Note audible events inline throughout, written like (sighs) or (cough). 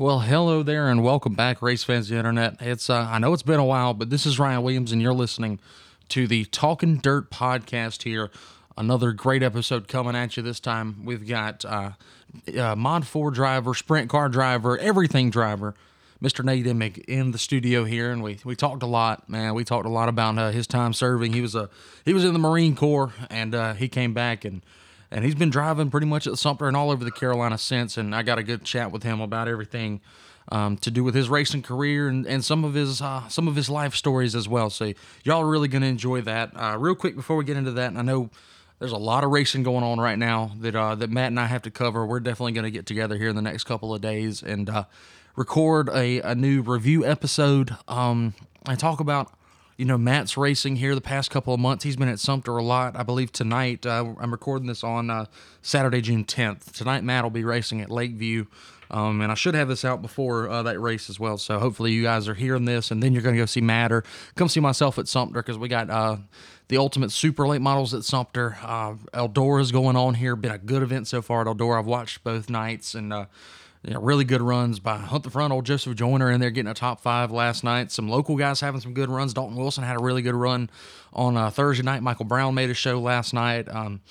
Well, hello there, and welcome back, race fans of the internet. It's uh, I know it's been a while, but this is Ryan Williams, and you're listening to the Talking Dirt podcast here. Another great episode coming at you this time. We've got uh, uh, Mod Four driver, Sprint Car driver, everything driver, Mr. Nate Emick in the studio here, and we we talked a lot, man. We talked a lot about uh, his time serving. He was a he was in the Marine Corps, and uh, he came back and and he's been driving pretty much at Sumter and all over the Carolina since. And I got a good chat with him about everything um, to do with his racing career and, and some of his uh, some of his life stories as well. So y'all are really gonna enjoy that. Uh, real quick before we get into that, I know there's a lot of racing going on right now that uh, that Matt and I have to cover. We're definitely gonna get together here in the next couple of days and uh, record a, a new review episode um, and talk about you know Matt's racing here the past couple of months. He's been at Sumter a lot. I believe tonight uh, I'm recording this on uh, Saturday, June 10th. Tonight Matt will be racing at Lakeview, um, and I should have this out before uh, that race as well. So hopefully you guys are hearing this, and then you're going to go see Matt or come see myself at Sumter because we got. Uh, the ultimate super late models at Sumter. Uh, Eldora's going on here. Been a good event so far at Eldora. I've watched both nights and uh, you know, really good runs by Hunt the Front, old Joseph Joyner in there getting a top five last night. Some local guys having some good runs. Dalton Wilson had a really good run on uh, Thursday night. Michael Brown made a show last night. Um,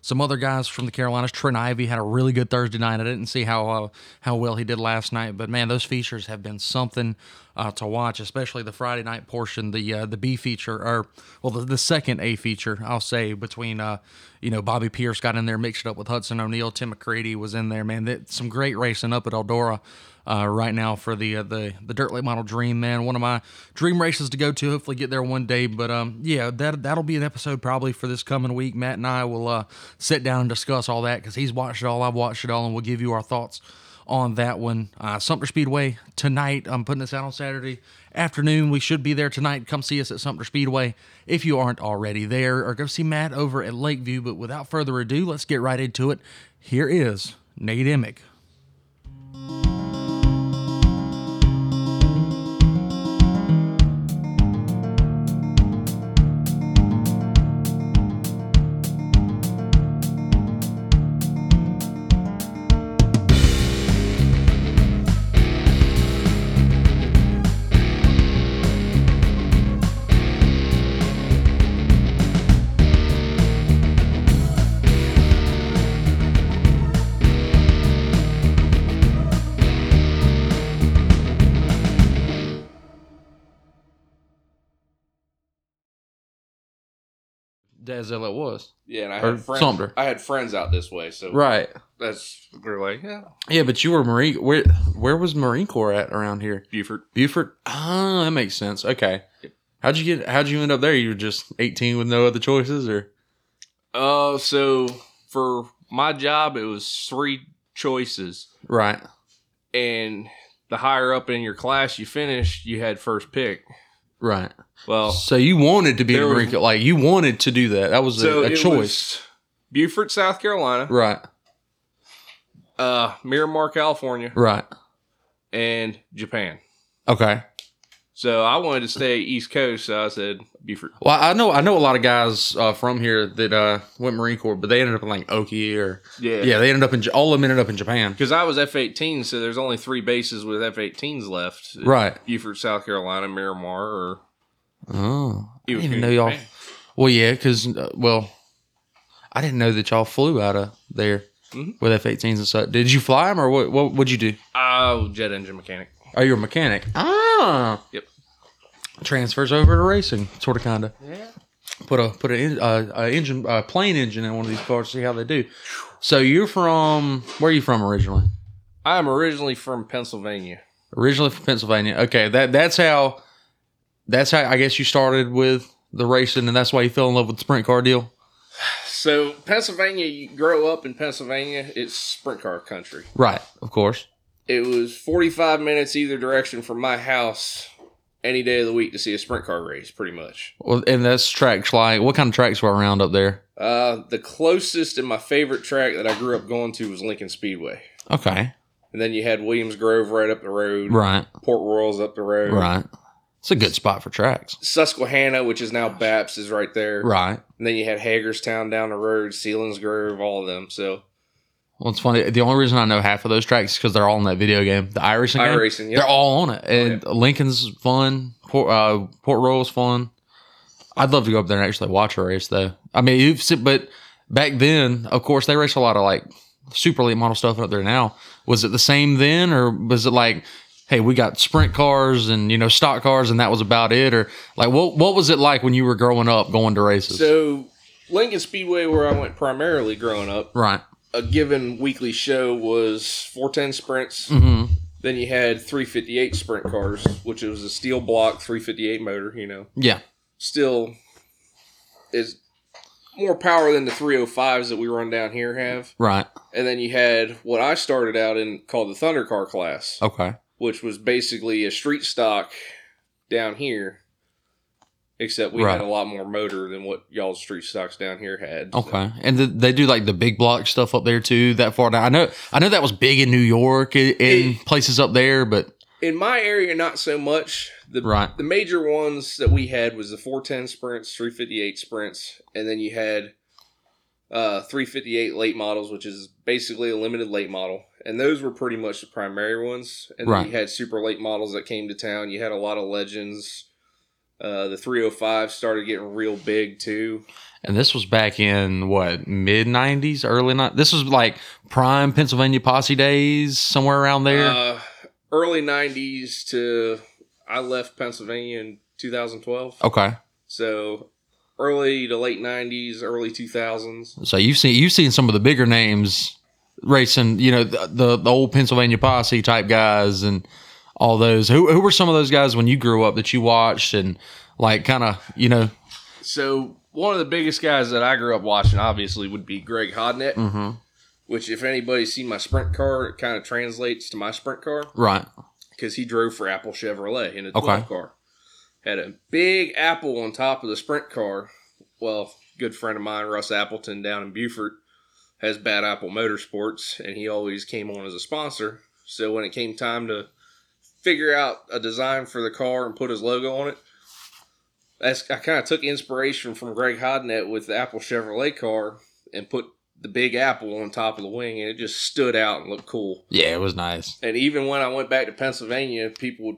some other guys from the Carolinas, Trent Ivy had a really good Thursday night. I didn't see how uh, how well he did last night, but man, those features have been something uh, to watch, especially the Friday night portion, the uh, the B feature, or well, the, the second A feature, I'll say, between uh, you know Bobby Pierce got in there, mixed it up with Hudson O'Neill, Tim McCready was in there. Man, that, some great racing up at Eldora. Uh, right now for the uh, the the dirt late model dream man one of my dream races to go to hopefully get there one day but um yeah that that'll be an episode probably for this coming week matt and i will uh sit down and discuss all that because he's watched it all i've watched it all and we'll give you our thoughts on that one. Uh, Sumter Speedway tonight. I'm putting this out on Saturday afternoon. We should be there tonight. Come see us at Sumter Speedway if you aren't already there, or go see Matt over at Lakeview. But without further ado, let's get right into it. Here is Nate Emick. Dazelle it was. Yeah, and I Or had friends. Sumter. I had friends out this way, so Right. that's we are like, yeah, Yeah, but you were Marine. Where where was Marine Corps at around here? Buford. Buford. Ah, that makes sense. Okay. How'd you get? How'd you end up there? You were just eighteen with no other choices, or Uh, so for my job, it was three choices, right? and the higher up in your class you finished, you had first pick. Right. Well, So you wanted to be Oh. There a was- Marine Corps, like you wanted to do that. That was so a, a it choice, was Buford, South Carolina, right? uh, Miramar, California, Right. and Japan. Okay. So I wanted to stay East Coast, so I said Buford. Well, I know I know a lot of guys uh, from here that uh, went Marine Corps, but they ended up in like Oki or yeah, they ended up in Ja- all of them ended up in Japan. Because I was F eighteen, so there's only three bases with F eighteens left. Right. Beaufort, South Carolina, Miramar, or Oh, I He was didn't even doing know y'all. Japan. Well, yeah, because uh, well, I didn't know that y'all flew out of there Mhm. with F-18s and stuff. Did you fly them or what? What would you do? oh, jet engine mechanic. Oh, you're a mechanic. Ah. Yep. Transfers over to racing, sort of, kind of. Yeah. Put a put an uh, a engine, a plane engine in one of these cars, see how they do. So you're from where are you from originally? I am originally from Pennsylvania. Originally from Pennsylvania. Okay, that that's how. That's how I guess you started with the racing, and that's why you fell in love with the sprint car deal. So Pennsylvania, you grow up in Pennsylvania, it's sprint car country. Right, of course. It was 45 minutes either direction from my house any day of the week to see a sprint car race, pretty much. Well, and that's tracks like what kind of tracks were around up there? Uh, the closest and my favorite track that I grew up going to was Lincoln Speedway. Okay, And then you had Williams Grove right up the road, right, Port Royal's up the road. right. It's a good spot for tracks. Susquehanna, which is now Baps, is right there. Right. And then you had Hagerstown down the road, Sealands Grove, all of them. So Well, it's funny. The only reason I know half of those tracks is because they're all in that video game, the iRacing game. iRacing, Oh, yeah. They're all on it. And Lincoln's fun. Port, uh, Port Royal's fun. I'd love to go up there and actually watch a race, though. I mean, you've seen, but back then, of course, they race a lot of like super late model stuff up there now. Was it the same then, or was it like, hey, we got sprint cars and you know stock cars, and that was about it, or like what what was it like when you were growing up going to races? So Lincoln Speedway, where I went primarily growing up, right. a given weekly show was 410 sprints. hmm Then you had 358 sprint cars, which was a steel block 358 motor, you know. Yeah. Still is more power than the 305s that we run down here have. Right. And then you had what I started out in called the Thunder Car class, Okay. which was basically a street stock down here, except we Right. had a lot more motor than what y'all's street stocks down here had. so. Okay, and th they do like the big block stuff up there too. That far down, I know. I know that was big in New York and in places up there, but In my area, not so much. The right, the major ones that we had was the 410 sprints, 358 sprints, and then you had uh, 358 late models, which is basically a limited late model. And those were pretty much the primary ones. And Right. then you had super late models that came to town. You had a lot of legends. Uh, the 305 started getting real big too. and this was back in what mid '90s, early '90s. This was like prime Pennsylvania posse days, somewhere around there. Uh, early 90s to I left Pennsylvania in 2012. okay, So early to late 90s, early 2000s. so you've seen you've seen some of the bigger names racing, you know, the the, the old Pennsylvania posse type guys and all those. Who who were some of those guys when you grew up that you watched and like kind of you know? So one of the biggest guys that I grew up watching, obviously, would be Greg Hodnett. hmm Which, if anybody's seen my sprint car, it kind of translates to my sprint car Right. because he drove for Apple Chevrolet in a Okay. 12 car. Had a big apple on top of the sprint car. Well, good friend of mine, Russ Appleton, down in Buford, has Bad Apple Motorsports, and he always came on as a sponsor. So when it came time to figure out a design for the car and put his logo on it, that's I kind of took inspiration from Greg Hodnett with the Apple Chevrolet car and put the big apple on top of the wing, and it just stood out and looked cool. Yeah, it was nice. And even when I went back to Pennsylvania, people would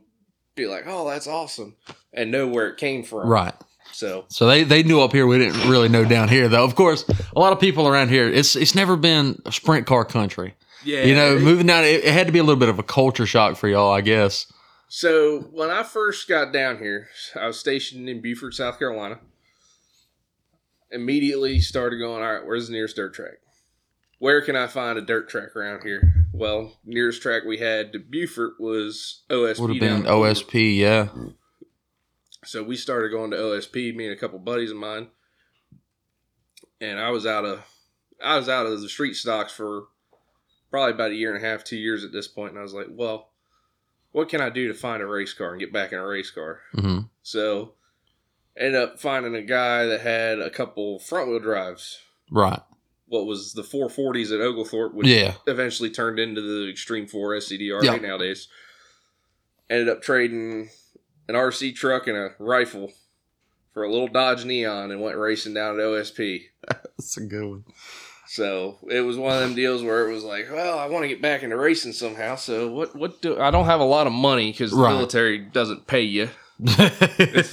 be like, "Oh, that's awesome," and know where it came from. Right. So So they, they knew up here. We didn't really know down here, though. Of course, a lot of people around here. It's it's never been a sprint car country. yeah, You know, moving down, it, it had to be a little bit of a culture shock for y'all, I guess. So when I first got down here, I was stationed in Beaufort, South Carolina. Immediately started going, all right, where's the nearest dirt track? Where can I find a dirt track around here? Well, nearest track we had to Beaufort was OSP. Would have down been in Beaufort. OSP, yeah. So we started going to OSP, me and a couple buddies of mine. And I was out of I was out of the street stocks for probably about a year and a half, two years at this point, and I was like, Well, what can I do to find a race car and get back in a race car? hmm So ended up finding a guy that had a couple front wheel drives. Right. What was the 440s at Oglethorpe, which Yeah. eventually turned into the Extreme 4 SCDR Yeah. right nowadays. Ended up trading an RC truck and a rifle for a little Dodge Neon and went racing down at OSP. That's a good (laughs) one. So it was one of them deals where it was like, well, I want to get back into racing somehow. So what? What do I don't have a lot of money because the Right. military doesn't pay you. It's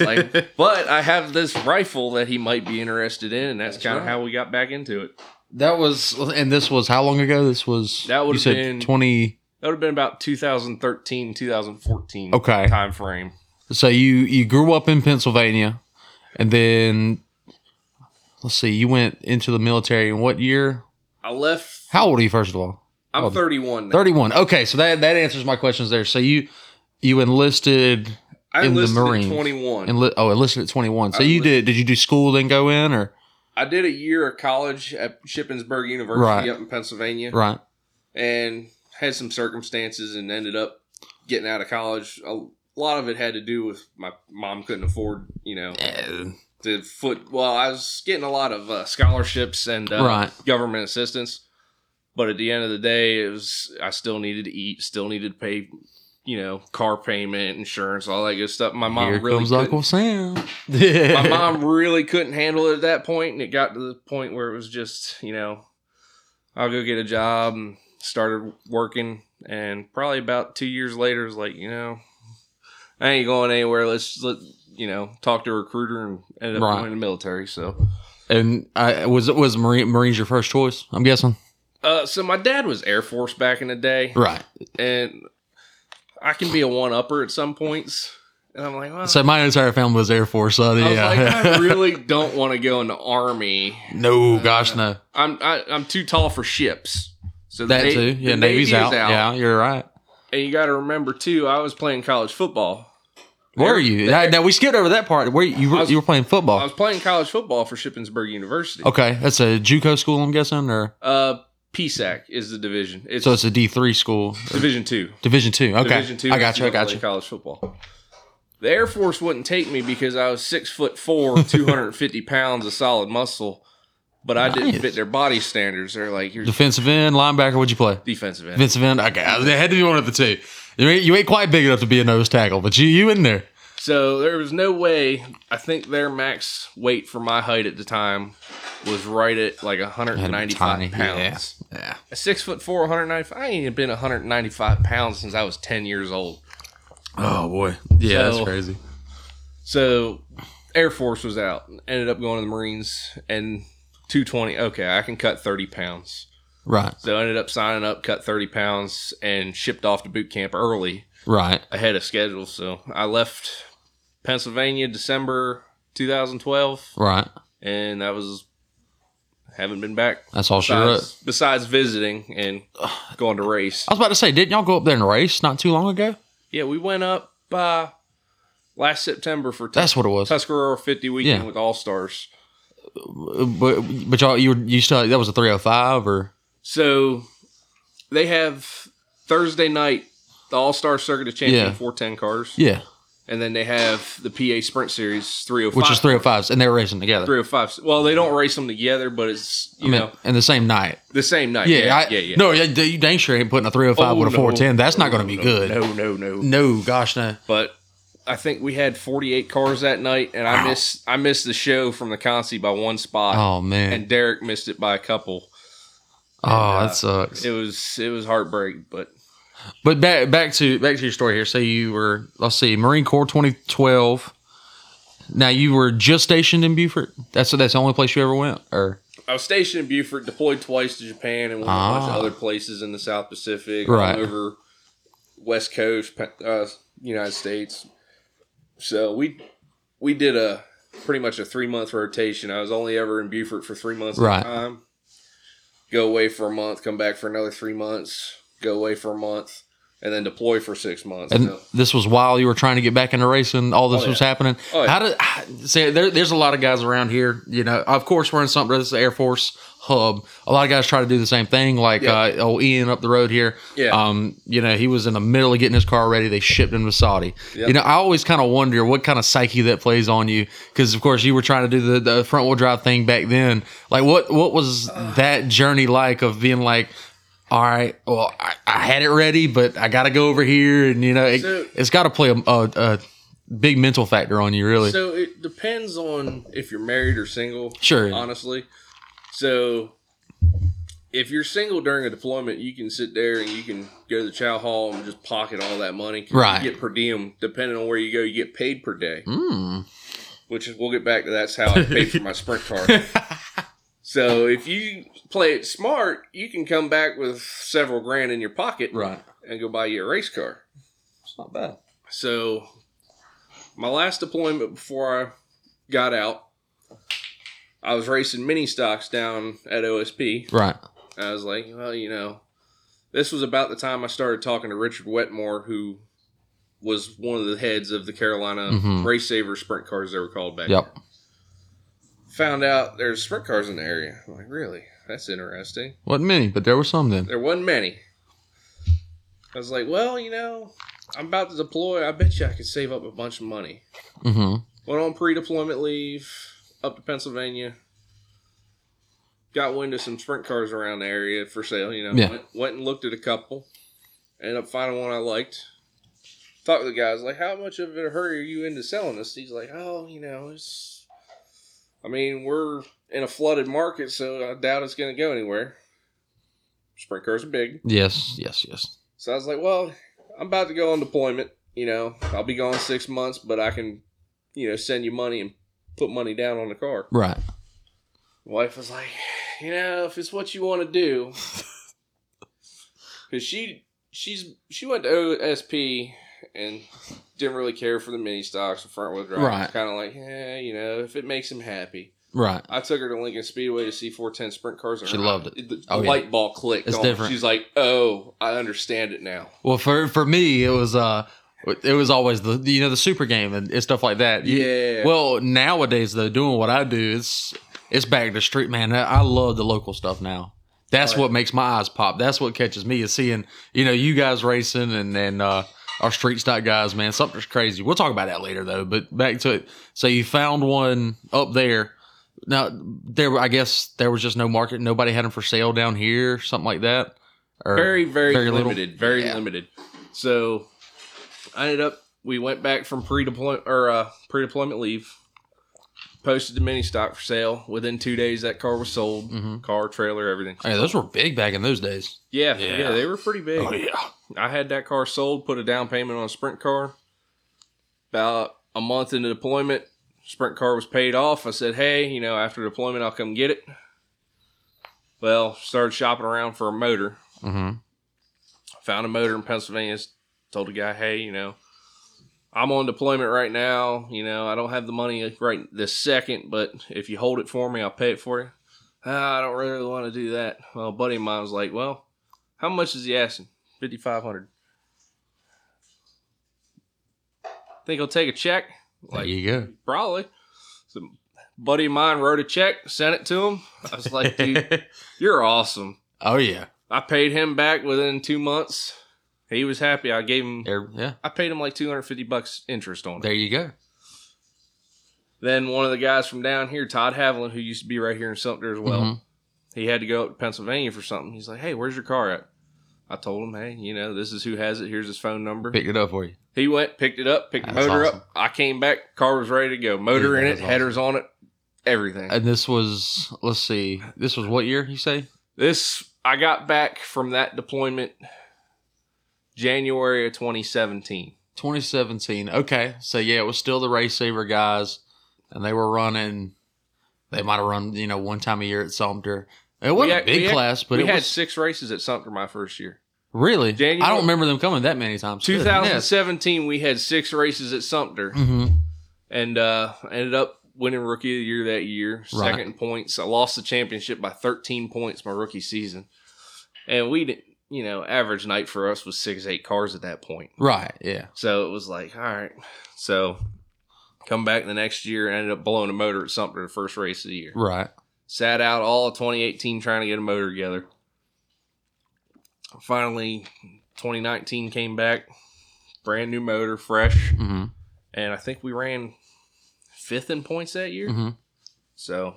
(laughs) like, but I have this rifle that he might be interested in, and that's, That's kind of right. how we got back into it. that was, and this was how long ago? This was, That would've you said been- 20. That would have been about 2013, 2014 Okay. time frame. So you, you grew up in Pennsylvania, and then, let's see, you went into the military in what year? I left How old are you, first of all? I'm Oh, 31 now. 31 okay so that that answers my questions there so you you enlisted I in the enlisted Marines. at 21. enli- oh enlisted at 21 so I you did did you do school then go in or I did a year of college at Shippensburg University Right. up in Pennsylvania right and had some circumstances and ended up getting out of college. A lot of it had to do with my mom couldn't afford, you know, Eh, the foot. Well, I was getting a lot of uh, scholarships and uh, right government assistance. But at the end of the day, it was I still needed to eat, still needed to pay, you know, car payment, insurance, all that good stuff. My mom here really comes couldn't- uncle sam (laughs) my mom really couldn't handle it at that point, and it got to the point where it was just, you know, I'll go get a job and started working. And probably about two years later, it's like, you know, I ain't going anywhere. Let's let you know, talk to a recruiter and ended up Right. going to the military. So, And I was was Marine, Marines your first choice? I'm guessing. uh, so my dad was Air Force back in the day, Right. and I can be a one upper at some points. And I'm like, well, So my entire family was Air Force. So I was yeah. (laughs) like, I really don't want to go in the army. no, gosh, no. I'm I, I'm too tall for ships. So That the Na- too. Yeah, the Navy's Navy is out. Yeah, you're right. and you got to remember too. I was playing college football. Where are you? Now, now, we skipped over that part. Where you were, I was- you were playing football? I was playing college football for Shippensburg University. okay, that's a JUCO school, I'm guessing, or Uh, PSAC is the division. It's, so it's a D three school, Division Two. Division two. Okay, Division Two. I got you. I don't got play you. College football. The Air Force wouldn't take me because I was six (laughs) foot four, two hundred and fifty pounds of solid muscle, but I Nice. didn't fit their body standards. They're like, "You're Defensive end, linebacker. What'd you play? defensive end." Defensive end. Okay, I- they had to be one of the two. You ain't, you ain't quite big enough to be a nose tackle, but you you in there. So there was no way. I think their max weight for my height at the time was right at like Had to be 195 tiny. pounds. Yeah. yeah. At Six foot four, 195. I ain't even been 195 pounds since I was 10 years old. Oh boy. Yeah, So- that's crazy. So Air Force was out. Ended up going to the Marines and 220. Okay, I can cut 30 pounds. Right. So I ended up signing up, cut 30 pounds, and shipped off to boot camp early. Right. ahead of schedule. So I left Pennsylvania December 2012, Right. and I was haven't been back That's all she wrote. besides, besides visiting and going to race. I was about to say, didn't y'all go up there and race not too long ago? Yeah, we went up uh, last September for Tus- That's what it was. Tuscarora 50 weekend Yeah. with All Stars. Uh, But but y'all you were, you still that was a three hundred five or So they have Thursday night the All Star Circuit of Champion Yeah. 410 cars, yeah, and then they have the PA Sprint Series 305, which is three hundred fives, and they were racing together. 305. Well, they don't race them together, but it's you I mean, know in the same night. The same night. Yeah, Yeah, yeah, I, yeah. yeah. No, yeah, you dang sure ain't putting a 305 Oh, with a no. Oh, 410. That's not going to be No, good. No. No, no, no. gosh, no. But I think we had 48 cars that night, and I missed I missed the show from the Concy by one spot, Oh, man. and Derek missed it by a couple. oh, uh, that sucks. It was it was heartbreak, but But back back to back to your story here. So you were, let's see, Marine Corps 2012. Now you were just stationed in Beaufort. That's that's the only place you ever went, or I was stationed in Beaufort, deployed twice to Japan and went to a bunch Ah. of other places in the South Pacific, Right. all over West Coast, Pa- uh, United States. So we we did a pretty much a three month rotation. I was only ever in Beaufort for three months Right. at a time. Go away for a month, come back for another three months, go away for a month, and then deploy for six months. and So- this was while you were trying to get back into racing. All this Oh, yeah. was happening. Oh, yeah. How did (sighs) say there, there's a lot of guys around here? You know, of course we're in something. This is the Air Force hub. A lot of guys try to do the same thing. Like Yeah. uh, oh Ian up the road here. Yeah. Um, you know he was in the middle of getting his car ready. They shipped him to Saudi. Yep. You know I always kind of wonder what kind of psyche that plays on you because of course you were trying to do the, the front wheel drive thing back then. Like what what (sighs) was that journey like of being like. All right. Well, I, I had it ready, but I got to go over here, and you know, it, So- it's got to play a, a, a big mental factor on you, really. So it depends on if you're married or single. Sure. Honestly. So if you're single during a deployment, you can sit there and you can go to the chow hall and just pocket all that money. 'Cause Right. You get per diem. Depending on where you go, you get paid per day, Mm. which is, we'll get back to that's how I paid for my sprint car. (laughs) so if you play it smart, you can come back with several grand in your pocket Right. and go buy you a race car. It's not bad. So, my last deployment before I got out, I was racing mini stocks down at OSP. Right. I was like, well, you know, this was about the time I started talking to Richard Wetmore, who was one of the heads of the Carolina Mhm. Race Saver Sprint Cars they were called back. Yep. then. Found out there's sprint cars in the area. I'm like, really? That's interesting. Wasn't many, but there were some then. There wasn't many. I was like, well, you know, I'm about to deploy. I bet you I could save up a bunch of money. hmm Went on pre-deployment leave up to Pennsylvania. Got wind of some sprint cars around the area for sale. You know, Yeah. went, went and looked at a couple. Ended up finding one I liked. Talked to the guys like, "How much of a hurry are you into selling this?" He's like, "Oh, you know, it's. I mean, we're in a flooded market, so I doubt it's going to go anywhere." Sprint cars are big. Yes, yes, yes. So I was like, well, I'm about to go on deployment. You know, I'll be gone six months, but I can, you know, send you money and put money down on the car. Right. Wife was like, you know, if it's what you want to do, (laughs) because she she's she went to OSP and didn't really care for the mini stocks and front wheel drive. Right. Kind of like, eh, you know, if it makes him happy. Right. I took her to Lincoln Speedway to see 410 sprint cars. and She her- loved it. The Oh, yeah. light ball clicked. It's on. different. She's like, oh, I understand it now. Well, for for me, it was uh, it was always the you know the super game and, and stuff like that. You- Yeah. Well, nowadays though, doing what I do, it's it's back to street man. I I love the local stuff now. That's Right. what makes my eyes pop. That's what catches me is seeing you know you guys racing and and uh, our street stock guys, man. Something's crazy. We'll talk about that later though. But back to it. So you found one up there. Now there, were- I guess there was just no market. Nobody had them for sale down here, something like that. Or, very, very, very little. limited. Very Yeah. limited. So I ended up. We went back from pre-deployment or uh, pre-deployment leave. Posted the mini stock for sale. Within two days, that car was sold. Mhm. Car, trailer, everything. Hey, those were big back in those days. Yeah, Yeah. Oh, yeah, they were pretty big. yeah. I had that car sold. Put a down payment on a sprint car. About a month into deployment, sprint car was paid off. I said, "Hey, you know, after deployment, I'll come get it." Well, started shopping around for a motor. Mm-hmm. found a motor in Pennsylvania. Told the guy, hey, you know, I'm on deployment right now. You know, I don't have the money right this second, but if you hold it for me, I'll pay it for you. "Ah, I don't really want to do that. Well, a buddy of mine was like, well, how much is he asking? Fifty five hundred. Think he'll take a check? There Like you go. probably. So, buddy of mine wrote a check, sent it to him. I was like, dude, (laughs) you're awesome. (laughs) oh yeah. I paid him back within two months. He was happy. I gave him. There, yeah. I paid him like two hundred fifty bucks interest on it. There you go. Then one of the guys from down here, Todd Haviland, who used to be right here in Sumter as well, Mhm. he had to go up to Pennsylvania for something. He's like, "Hey, where's your car at?" I told him, "Hey, you know, this is who has it. Here's his phone number." Picked it up for you. He went, picked it up, picked the That's motor awesome. up. I came back, car was ready to go. Motor Dude, in it, that's awesome. headers on it, everything. And this was, let's see, this was what year you say? this I got back from that deployment January of 2017. 2017. Okay. So yeah, it was still the race saver guys, and they were running. They might have run, you know, one time a year at Sumter. It wasn't had- a big we had- class, but we it had was six races at Sumter my (laughs) first year. really. I January- don't remember them coming that many times. 2017, we had six races at Sumter, Mm-hmm. and uh, ended up winning Rookie of the Year that year, second Right. in points. I lost the championship by 13 points my rookie season, and we didn't. You know, average night for us was six eight cars at that point. Right. Yeah. So it was like, all right. So come back the next year, ended up blowing a motor at Sumter the first race of the year. Right. Sat out all of 2018 trying to get a motor together. Finally, 2019 came back, brand new motor, fresh, Mm-hmm. and I think we ran fifth in points that year. Mm-hmm. So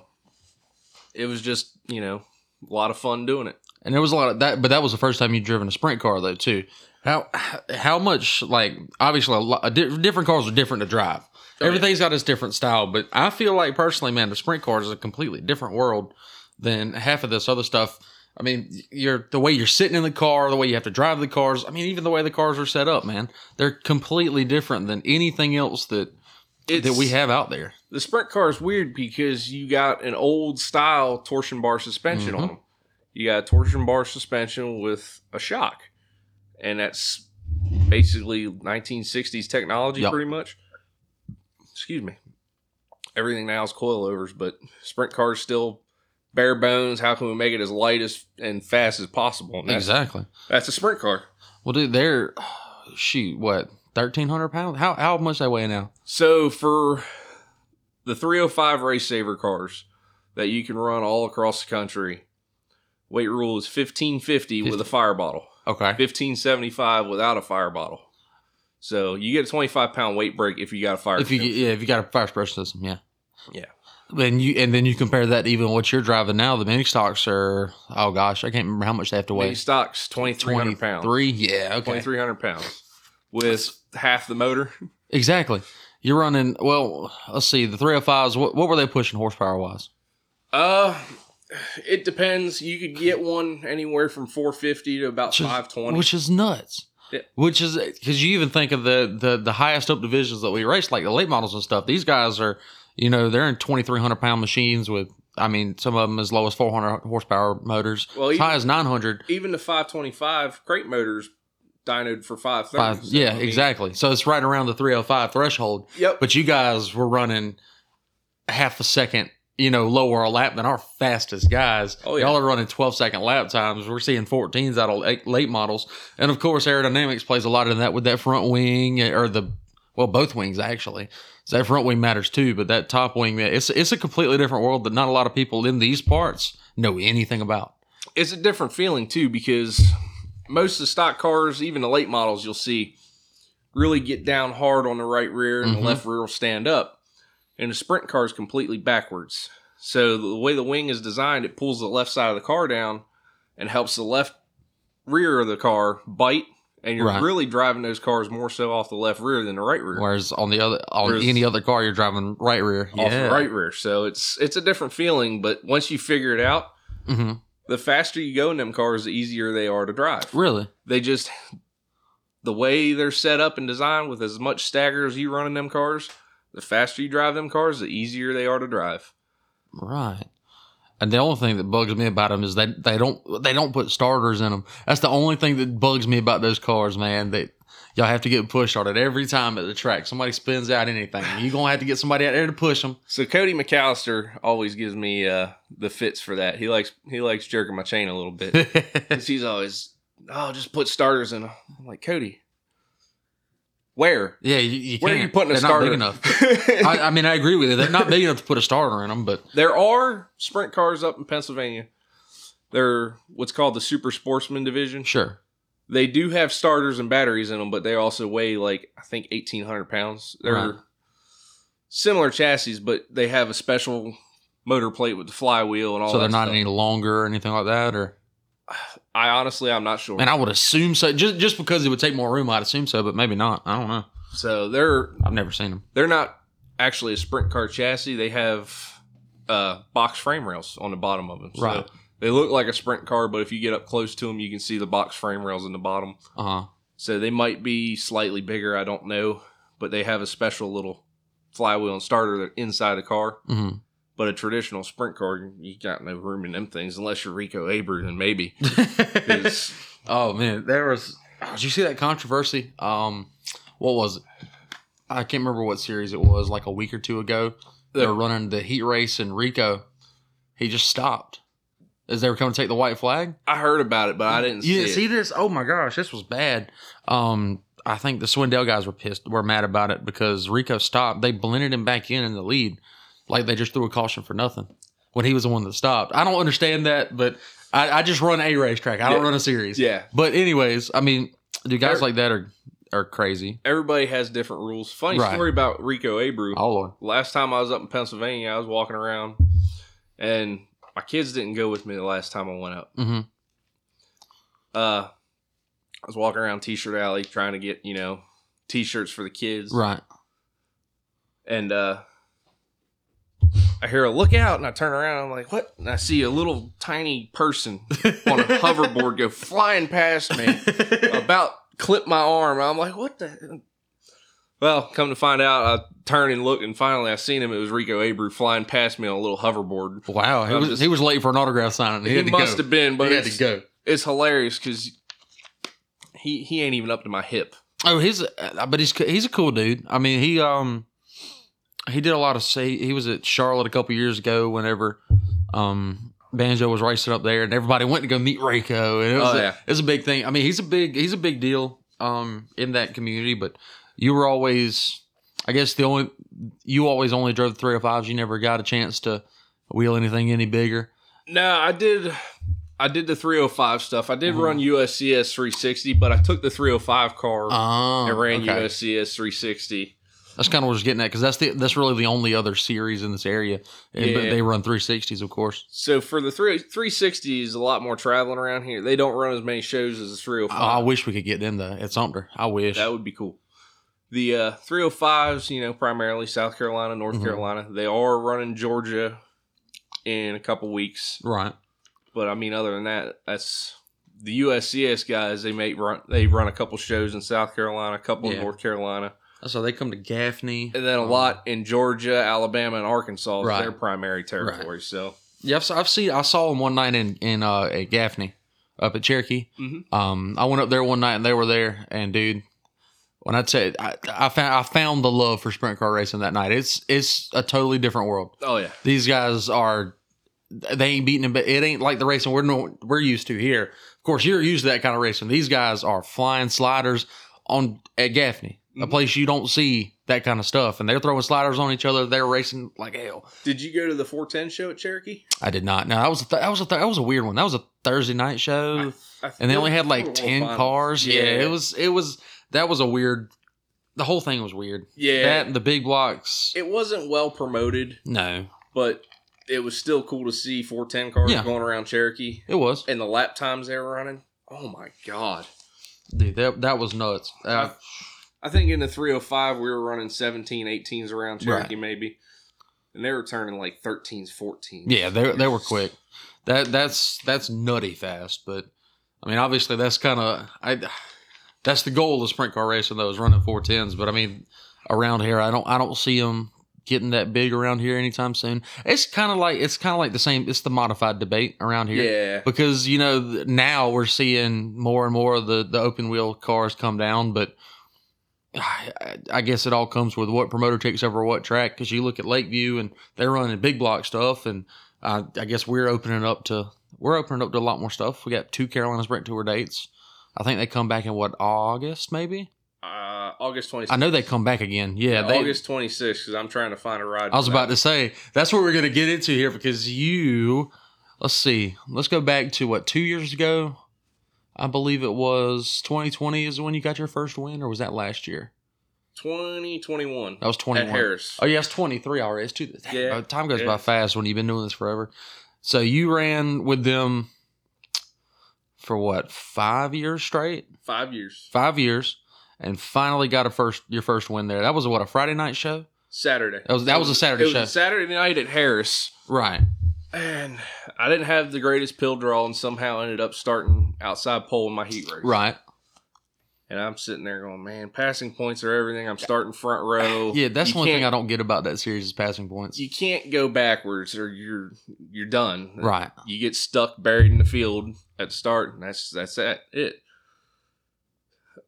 it was just you know a lot of fun doing it. And there was a lot of that, but that was the first time you driven a sprint car though too. How how much like obviously a lot di- different cars are different to drive. Oh, yeah. Everything's got its different style, but I feel like personally, man, the sprint car is a completely different world than half of this other stuff. I mean, you're the way you're sitting in the car, the way you have to drive the cars. I mean, even the way the cars are set up, man, they're completely different than anything else that It's, that we have out there. the sprint car is weird because you got an old style torsion bar suspension on Mhm. 'em. on them. You got a torsion bar suspension with a shock, and that's basically 1960s technology, Yep. pretty much. Excuse me. Everything now is coilovers, but sprint cars still bare bones. How can we make it as light as and fast as possible? And that's, Exactly. that's a sprint car. Well, dude, they're shoot what thirteen hundred pounds. How how much they weigh now? So for the 305 race saver cars that you can run all across the country, weight rule is 1550 with a fire bottle, Okay. 1575 without a fire bottle. So you get a 25 pound weight break if you got a fire. if you extinguisher. yeah if you got a fire suppression system yeah Yeah. then you and then you compare that to even what you're driving now the mini stocks are oh gosh i can't remember how much they have to Mini weigh stocks 2300 pounds, three yeah okay 2300 pounds with half the motor. exactly you're oh running well let's see the 305s what, what were they pushing horsepower wise Uh, It depends. You could get one anywhere from 450 to about Which is- 520. which is nuts. Yeah. Which is because you even think of the, the the highest up divisions that we race, like the late models and stuff. These guys are, you know, they're in twenty three hundred pound machines with, I mean, some of them as low as four hundred horsepower motors, well, as high even, as nine hundred. even the 525 crate motors dynoed for 530. Five, so, yeah, I mean, exactly. So it's right around the three hundred five threshold. Yep. But you guys were running half a second, you know, lower a lap than our fastest guys. Oh, yeah. Y'all are running 12 second lap times. We're seeing 14s out of late, late models. And of course, aerodynamics plays a lot in that with that front wing eh, or the, well, both wings actually. So that front wing matters too, but that top wing, it's, it's a completely different world that not a lot of people in these parts know anything about. it's a different feeling too because most of the stock cars, even the late models, you'll see really get down hard on the right rear and Mhm. the left rear will stand up. And the sprint car is completely backwards. So the way the wing is designed, it pulls the left side of the car down and helps the left rear of the car bite. And you're Right. really driving those cars more so off the left rear than the right rear. Whereas on the other, on Whereas- any other car, you're driving right rear. Off the right rear. So it's it's a different feeling, but once you figure it out, hmm the faster you go in them cars, the easier they are to drive. Really? they just the way they're set up and designed with as much stagger as you run in them cars the faster you drive them cars the easier they are to drive Right. And the only thing that bugs me about them is that they don't they don't put starters in them. That's the only thing that bugs me about those cars, man. That y'all have to get pushed on it every time at the track. Somebody spins out anything. You're gonna have to get somebody out there to push (laughs) them. so cody mcallister always gives me uh, the fits for that he likes he likes jerking my chain a (laughs) little bit 'Cause he's always oh just put starters in 'em." i'm like cody where yeah, you, you where can't. are you putting a They're starter Not big (laughs) enough. I, I mean, I agree with you. They're not big enough to put a starter in them, but There are sprint cars up in Pennsylvania. They're what's called the Super Sportsman Division. sure. They do have starters and batteries in them, but they also weigh like I think eighteen hundred pounds. They're Right. similar chassis, but they have a special motor plate with the flywheel and all. So that they're not stuff. any longer or anything like that, or I honestly, I'm not sure. man, I would assume so. Just just because it would take more room, I'd assume so, but maybe not. I don't know. so they're I've never seen them. they're not actually a sprint car chassis. They have uh, box frame rails on the bottom of them. So Right. They look like a sprint car, but if you get up close to them, you can see the box frame rails in the bottom. Uh huh. So they might be slightly bigger. I don't know, but they have a special little flywheel and starter that inside the car. hmm But a traditional sprint car, you got no room in them things unless you're Rico Aber, (laughs) then maybe. Mm-hmm. (laughs) 'Cause Oh man, there was. oh, Did you see that controversy? Um, what was it? I can't remember what series it was. Like a week or two ago, they were running the heat race in Rico. He just stopped as they were coming to take the white flag. I heard about it, but I didn't You see didn't it. see this? Oh my gosh, this was bad. Um, I think the Swindell guys were pissed, were mad about it because Rico stopped. They blended him back in in the lead, like they just threw a caution for nothing when he was the one that stopped. I don't understand that, but I, I just run a racetrack. I don't Yeah. run a series. Yeah, But anyways, I mean, dude, guys They're- like that are are crazy. everybody has different rules. Funny Right. story about Rico Abreu. Oh lord, Last time I was up in Pennsylvania, I was walking around, and my kids didn't go with me the last time I went up. hmm Uh, I was walking around T-shirt alley trying to get you know T-shirts for the kids. (laughs) right? and uh I hear a look out and I turn around I'm like, what? And I see a little tiny person (laughs) on a (laughs) hoverboard go flying past me, about clip my arm. I'm like, what the? Well, come to find out, I turn and look, and finally I seen him. It was Rico Abreu flying past me on a little hoverboard. wow, he I'm was just- he was late for an autograph signing. He, He, had to must go. have been, but he had to it's, go. it's hilarious because he he ain't even up to my hip. Oh, he's uh, but he's co- he's a cool dude. I mean, he um he did a lot of say he was at Charlotte a couple years ago. Whenever um Banjo was racing up there, and everybody went to go meet Rico, and it was Oh, a, yeah. it's a big thing. I mean, he's a big he's a big deal um in that community. But you were always, I guess the only you always only drove the three or fives. You never got a chance to wheel anything any bigger. No, I did. I did the 305 stuff. I did Mhm. run USCS 360, but I took the 305 car Oh, and ran okay. USCS 360. That's kind of what I was getting at because that's the that's really the only other series in this area. And- But Yeah. they run three sixties, of course. So for the three 360 is a lot more traveling around here. They don't run as many shows as Oh, the I 305. wish we could get them though at Sumter. I wish. that would be cool. The uh, 305s, you know, primarily South Carolina, North Mhm. Carolina. They are running Georgia in a couple weeks. Right. But I mean, other than that, that's the USCS guys. They make run. They run a couple shows in South Carolina, a couple Yeah. in North Carolina, So they come to Gaffney. and then a Um, lot in Georgia, Alabama, and Arkansas. Is Right. Their primary territory. So Yeah, I've, I've seen. I saw them one night in in uh, at Gaffney, up at Cherokee. Mhm. Um, I went up there one night and they were there. And dude, when I tell you, I, I found I found the love for sprint car racing that night. It's it's a totally different world. oh yeah, These guys are they ain't beating them, but it ain't like the racing we're no, we're used to here. Of course, you're used to that kind of racing. These guys are flying sliders on at Gaffney, a Mhm. place you don't see that kind of stuff, and they're throwing sliders on each other. They're racing like hell. did you go to the 410 show at Cherokee? I did not. No, that was a th- that was a th- that was a weird one. That was a Thursday night show, I and they only feel- had like World ten Finals. cars. Yeah, Yeah. it was it was that was a weird. The whole thing was weird. Yeah, That and the big blocks. it wasn't well promoted, No, but it was still cool to see 410 cars Yeah. going around Cherokee it was and the lap times they were running. Oh my god. dude. That that was nuts. Uh, I think in the 305 we were running 17 18s around Cherokee maybe. And they were turning like 13s 14s. yeah, they they were quick. That that's that's nutty fast. But I mean, obviously that's kind of I. That's the goal of sprint car racing though is running four tens. But I mean, around here I don't I don't see them getting that big around here anytime soon. It's kind of like it's kind of like the same. It's the modified debate around here. Yeah. Because you know th- now we're seeing more and more of the the open wheel cars come down, but I, I- I guess it all comes with what promoter takes over what track. Because you look at Lakeview and they're running big block stuff, and I, I guess we're opening up to we're opening up to a lot more stuff. We got two Carolina Sprint Tour dates. I think they come back in what August maybe. Uh, August 26th. I know they come back again. Yeah, Yeah, they, August 26th cuz I'm trying to find a ride. I was about to say that's what we're going to get into here because you, let's see, let's go back to what two years ago, I believe it was 2020 is when you got your first win, or was that last year? 2021 That was at 21. Harris. Oh yeah, it's 23 already. It's two. Yeah, Yeah, time goes yeah. by fast when you've been doing this forever. So you ran with them for what five years straight? 5 years. Five years. And finally got a first your first win there. That was what a Friday night show, Saturday. That was- that was a Saturday it was show. Saturday night at Harris. right? And I didn't have the greatest pill draw and somehow ended up starting outside pole in my heat race. Right. And I'm sitting there going, man, passing points are everything. I'm starting front row. (laughs) Yeah, that's You one thing can't- I don't get about that series is passing points. You can't go backwards or you're you're done. Right. You get stuck buried in the field at the start, and that's that's that it.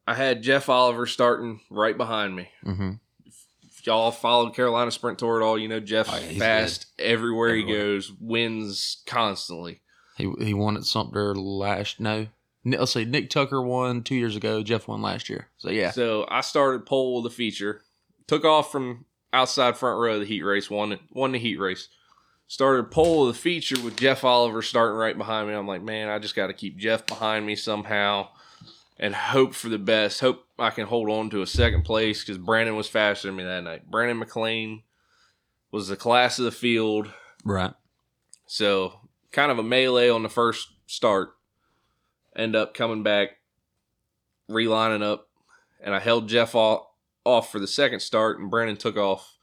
I had Jeff Oliver starting right behind me. Mm-hmm. If y'all followed Carolina Sprint Tour at all, you know Jeff Oh, yeah, he's fast everywhere he Everywhere. goes, wins constantly. He he won at Sumter last no. Ni- Let's see, Nick Tucker won two years ago. Jeff won last year. So yeah, So I started pole with the feature, took off from outside front row of the heat race, won it, won the heat race. Started pole of the feature with Jeff Oliver starting right behind me. I'm like, man, I just got to keep Jeff behind me somehow and hope for the best. Hope I can hold on to a second place because Brandon was faster than me that night. Brandon McLean was the class of the field. right. So kind of a melee on the first start. End up coming back, relining up, and I held Jeff off, off for the second start, and Brandon took off.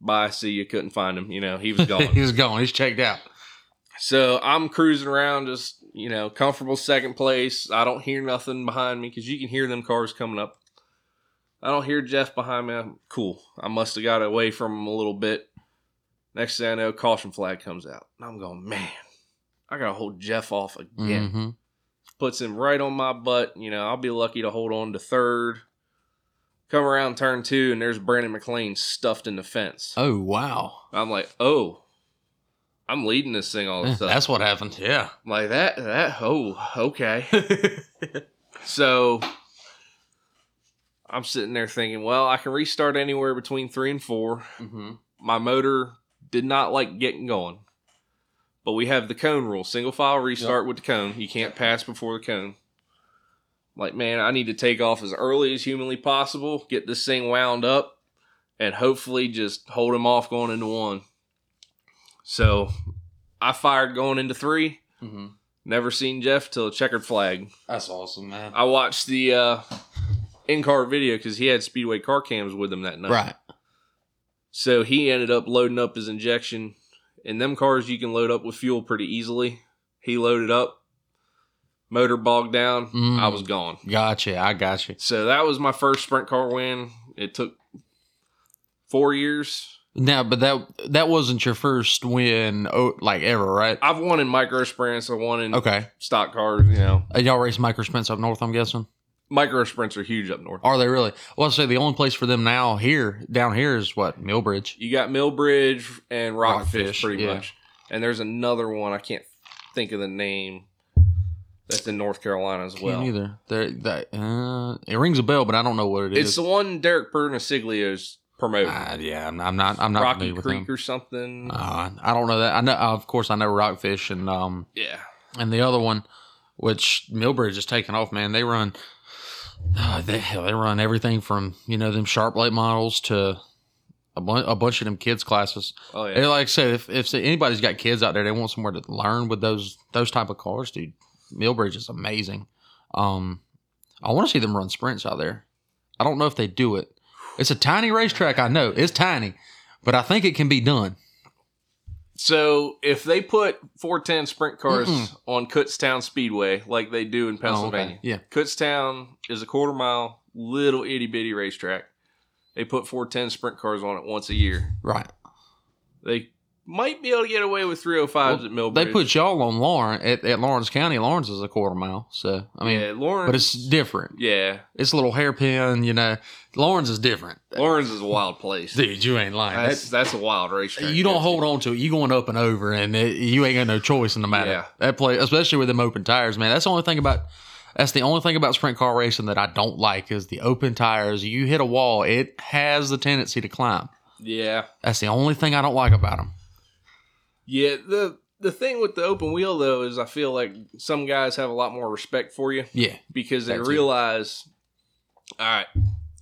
Bye, see you. Couldn't find him. You know he (laughs) was he gone. was gone. He's checked out. so I'm cruising around, just you know, comfortable second place. I don't hear nothing behind me because you can hear them cars coming up. I don't hear Jeff behind me. I'm cool. I must have got away from him a little bit. Next thing I know, caution flag comes out. And I'm going, man, I got to hold Jeff off again. Mhm. Puts him right on my butt. You know, I'll be lucky to hold on to third. Come around turn two, and there's Brandon McLean stuffed in the fence. Oh wow, I'm like, oh, I'm leading this thing all (laughs) of Eh, a sudden. that's what happened. Yeah, I'm like that, that, oh, okay. so I'm sitting there thinking, well, I can restart anywhere between three and four. mm-hmm. my motor did not like getting going. But we have the cone rule single file restart with the cone. You can't pass before the cone. Like, man, I need to take off as early as humanly possible, get this thing wound up, and hopefully just hold him off going into one. So I fired going into three. Mm-hmm. Never seen Jeff till a checkered flag. that's awesome, man. I watched the uh, in car video because he had Speedway car cams with him that night. Right. So he ended up loading up his injection In them cars, you can load up with fuel pretty easily. He loaded up, motor bogged down. Mm. I was gone. Gotcha. I gotcha. So that was my first sprint car win. It took four years. Now, but that that wasn't your first win, oh, like ever, right? I've won in micro sprints. I won in Okay. stock cars. You know, Uh, y'all race micro sprints up north, I'm guessing. micro sprints are huge up north. Are they really? Well, I say the only place for them now here down here is what Millbridge. You got Millbridge and Rockfish, Rockfish, pretty yeah. much. And there's another one I can't think of the name. That's in North Carolina as well. Can't either. They're- That uh, it rings a bell, but I don't know what it It's is. the one Derek Perniciglio's promoted. Uh, yeah, I'm, I'm not. I'm not Rocky familiar with Creek them. or something. Uh, I don't know that. I know, of course, I know Rockfish and um yeah. and the other one, which Millbridge is taking off, man. They run, uh, they hell, they run everything from you know them sharp late models to a, bu- a bunch of them kids classes. Oh yeah. And like I said, if, if anybody's got kids out there, they want somewhere to learn with those those type of cars, dude. Millbridge is amazing. Um, I want to see them run sprints out there. I don't know if they do it. It's a tiny racetrack, I know. It's tiny, but I think it can be done. So if they put 410 sprint cars Mm-mm. on Kutztown Speedway like they do in Oh, okay. Pennsylvania, Yeah. Kutztown is a quarter mile little itty bitty racetrack. They put 410 sprint cars on it once a year. Right. They might be able to get away with 305s at Millbridge. They put y'all on Lawrence at, at Lawrence County. Lawrence is a quarter mile, so I mean, yeah, Lawrence. but it's different. yeah, It's a little hairpin, you know. Lawrence is different, Lawrence is a wild (laughs) place. dude. You ain't lying. that's That's, that's a wild racetrack. you don't hold on to it. You going up and over, and it, you ain't got no choice in the matter. Yeah. That play, especially with them open tires, man. That's the only thing about. That's the only thing about sprint car racing that I don't like is the open tires. You hit a wall, it has the tendency to climb. Yeah, That's the only thing I don't like about them. yeah. The the thing with the open wheel though is I feel like some guys have a lot more respect for you. Yeah, because they That's it. realize, all right,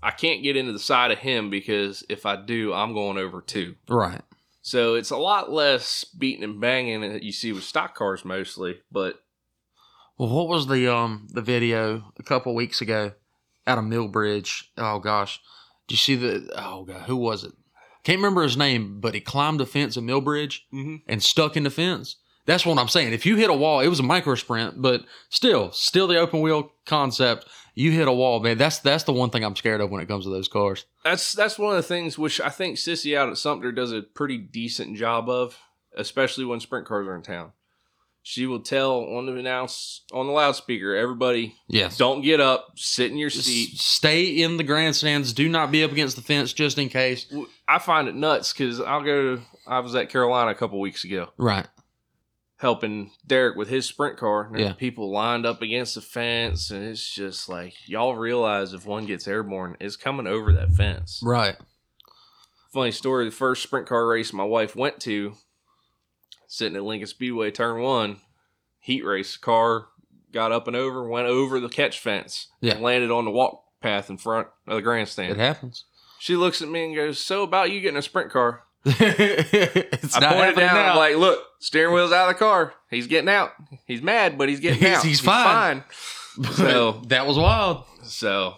I can't get into the side of him because if I do, I'm going over two. right. So it's a lot less beating and banging that you see with stock cars mostly, but Well, what was the um the video a couple weeks ago out of Millbridge? Oh gosh, did you see the? Oh god, who was it? Can't remember his name, but he climbed the fence at Millbridge and stuck in the fence. That's what I'm saying. If you hit a wall, it was a micro sprint, but still, still the open wheel concept. You hit a wall, man. That's that's the one thing I'm scared of when it comes to those cars. that's that's one of the things which I think Sissy out at Sumter does a pretty decent job of, especially when sprint cars are in town. She will tell on the announce on the loudspeaker, everybody, Yes. don't get up, sit in your seat, S- stay in the grandstands. Do not be up against the fence, just in case. I find it nuts because I'll go. I was at Carolina a couple weeks ago Right. helping Derek with his sprint car. And there Yeah. were People lined up against the fence, and it's just like y'all realize if one gets airborne, it's coming over that fence. Right. Funny story: the first sprint car race my wife went to, sitting at Lincoln Speedway, turn one, heat race car got up and over, went over the catch fence, Yeah. and landed on the walk path in front of the It grandstand. happens. (laughs) she looks at me and goes, "So about you getting a sprint car?" it's I pointed happening down. now. (laughs) I'm like, look, steering wheel's out of the car. He's getting out. He's mad, but he's (laughs) getting He's- out. he's fine. So- that was wild. fine. So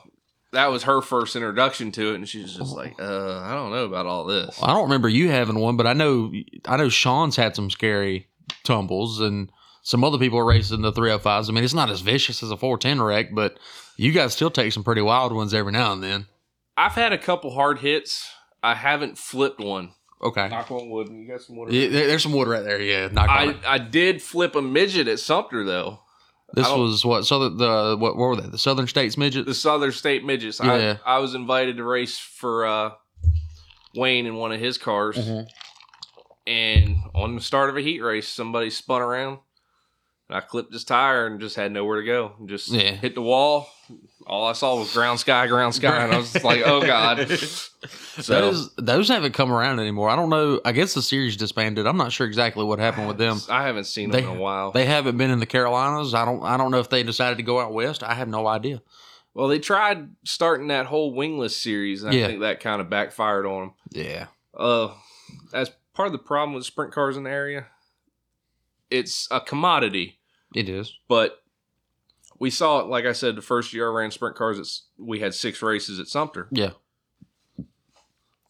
that was her first introduction to it, and she's just like, uh, I don't know about all this. I don't remember you having one, but I know I know Sean's had some scary tumbles and some other people are racing the 305s. I mean, it's not as vicious as a 410 wreck, but you guys still take some pretty wild ones every now and then. I've had a couple hard hits. I haven't flipped one. Okay. Knock on wood. You got some wood. Yeah, there- there's some wood right there. Yeah, knock on I, it. I did flip a midget at Sumter though. This I don't- was what southern the what, what were they? The Southern States midget. The Southern State Midgets. Yeah. I, I was invited to race for uh, Wayne in one of his cars. Mhm. and on the start of a heat race, somebody spun around. And I clipped his tire and just had nowhere to go. Just Yeah. hit the wall. All I saw was ground sky, ground sky, and I was just like, "Oh (laughs) God!" That So is, those haven't come around anymore. I don't know. I guess the series disbanded. I'm not sure exactly what happened with them. I haven't seen They- them in a while. They haven't been in the Carolinas. I don't. I don't know if they decided to go out west. I have no idea. well, they tried starting that whole wingless series, and Yeah. I think that kind of backfired on them. Yeah. Uh, that's part of the problem with sprint cars in the area. It's a commodity. It is. but we saw it like i said the first year i ran sprint cars it's, we had six races at sumter Yeah.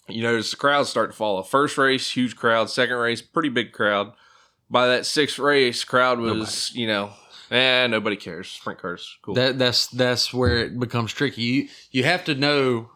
You notice the crowds start to follow. First race, huge crowd. Second race, pretty big crowd. By that sixth race, crowd was you know, eh, nobody cares. Sprint cars, cool. That that's that's where it becomes tricky. You you have to know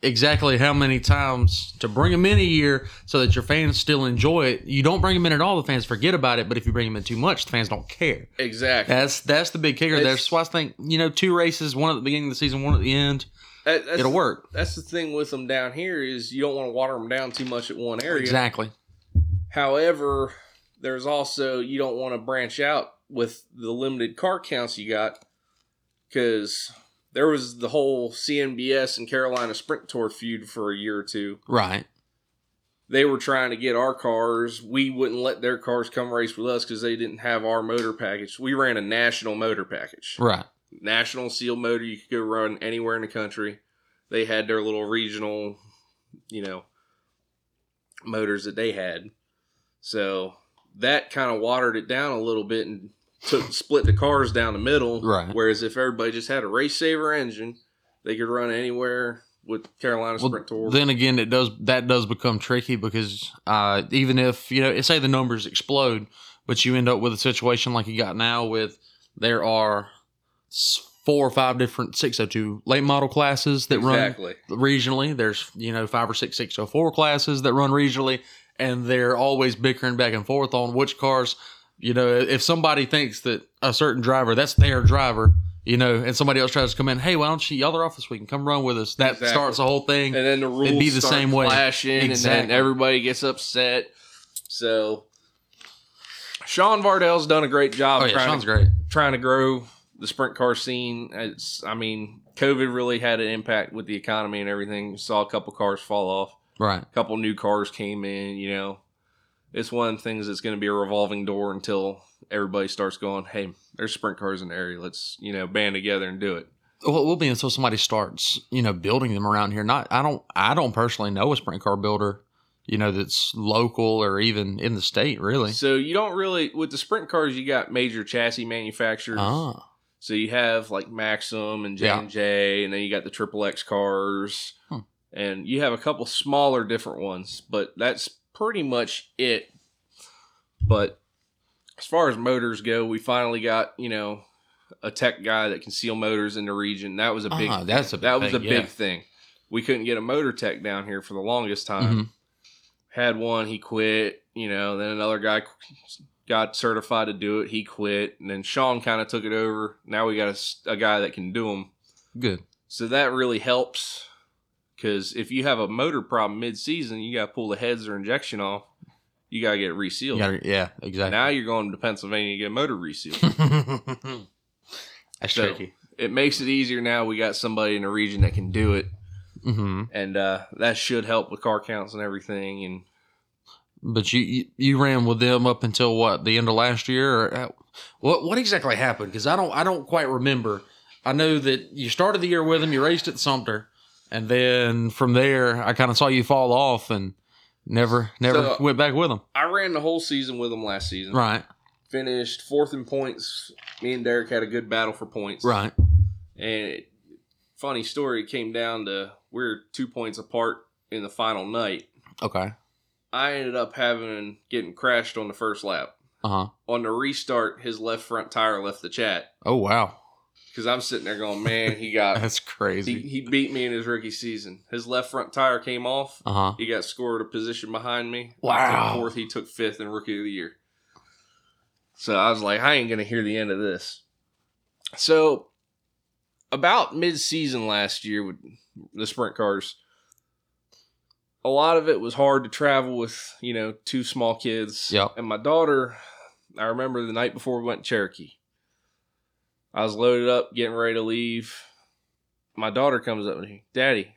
exactly how many times to bring them in a year so that your fans still enjoy it. You don't bring them in at all, the fans forget about it. But if you bring them in too much, the fans don't care. exactly. That's that's the big kicker. It's- That's why I think you know two races, one at the beginning of the season, one at the end. That- that's, It'll work That's the thing with them down here is you don't want to water them down too much at one area. exactly. However, there's also you don't want to branch out with the limited car counts you got because there was the whole CNBS and Carolina Sprint Tour feud for a year or two. Right. They were trying to get our cars. We wouldn't let their cars come race with us because they didn't have our motor package. We ran a national motor package. Right. National sealed motor you could go run anywhere in the country. They had their little regional, you know, motors that they had. So that kind of watered it down a little bit and took split the cars down the middle. Right. Whereas if everybody just had a race saver engine, they could run anywhere with Carolina Well, Sprint Tour. Then again, it does that does become tricky because uh, even if you know, say the numbers explode, but you end up with a situation like you got now with there are s- four or five different 602 late model classes that exactly. run regionally. There's you know five or six 604 classes that run regionally, and they're always bickering back and forth on which cars. You know, if somebody thinks that a certain driver that's their driver. You know, and somebody else tries to come in. Hey, why don't you y'all are off this week and come run with us? That Exactly. starts the whole thing. And then the rules It'd be the start same way. clashing, and Exactly. then everybody gets upset. So Sean Vardell's done a great job Oh yeah, trying, sounds to, great. trying to grow the sprint car scene. It's, I mean, COVID really had an impact with the economy and everything. You saw a couple cars fall off, Right. a couple new cars came in. You know, it's one of the things that's going to be a revolving door until everybody starts going, "Hey, there's sprint cars in the area. Let's you know band together and do it." Well, it will be until somebody starts, you know, building them around here. Not, I don't, I don't personally know a sprint car builder, you know, that's local or even in the state, really. So you don't really with the sprint cars, you got major chassis manufacturers. Ah, So you have like Maxim and J Yeah. and J, and then you got the Triple X cars, Hmm. and you have a couple smaller different ones, but that's pretty much it. But as far as motors go, we finally got you know a tech guy that can seal motors in the region. That was a big Ah, that's a that was a big- big yeah. thing. We couldn't get a motor tech down here for the longest time mhm. had one, he quit, you know, then another guy qu- got certified to do it, he quit, and then Sean kind of took it over. Now we got a s- a, guy that can do them. good. So that really helps because if you have a motor problem mid season, you got to pull the heads or injection off, you got to get it You resealed. gotta- yeah, exactly. now you're going to Pennsylvania to get a motor (laughs) resealed. that's So- tricky. it makes it easier now. We got somebody in the region that can do it, hmm and uh, that should help with car counts and everything. And But you, you you ran with them up until what the end of last year? Or uh, what what exactly happened? Because I don't I don't quite remember. I know that you started the year with them. You raced at Sumter, and then from there, I kind of saw you fall off and never never So- went back with them. I ran the whole season with them last season. Right, finished fourth in points. Me and Derek had a good battle for points. right. And it, funny story, it came down to we are two points apart in the final night. Okay. I ended up having getting crashed on the first lap. Uh huh. On the restart, his left front tire left the chat Oh wow, because I'm sitting there going, "Man, he (laughs) got that's he, crazy. he beat me in his rookie season. His left front tire came off. Uh huh. He got scored a position behind me. I Wow. took fourth, he took fifth in rookie of the year. So I was like, I ain't gonna hear the end of this. So about mid season last year with the sprint cars, a lot of it was hard to travel with, you know, two small kids. Yep. And my daughter, I remember the night before we went to Cherokee. I was loaded up, getting ready to leave. My daughter comes up to me, Daddy,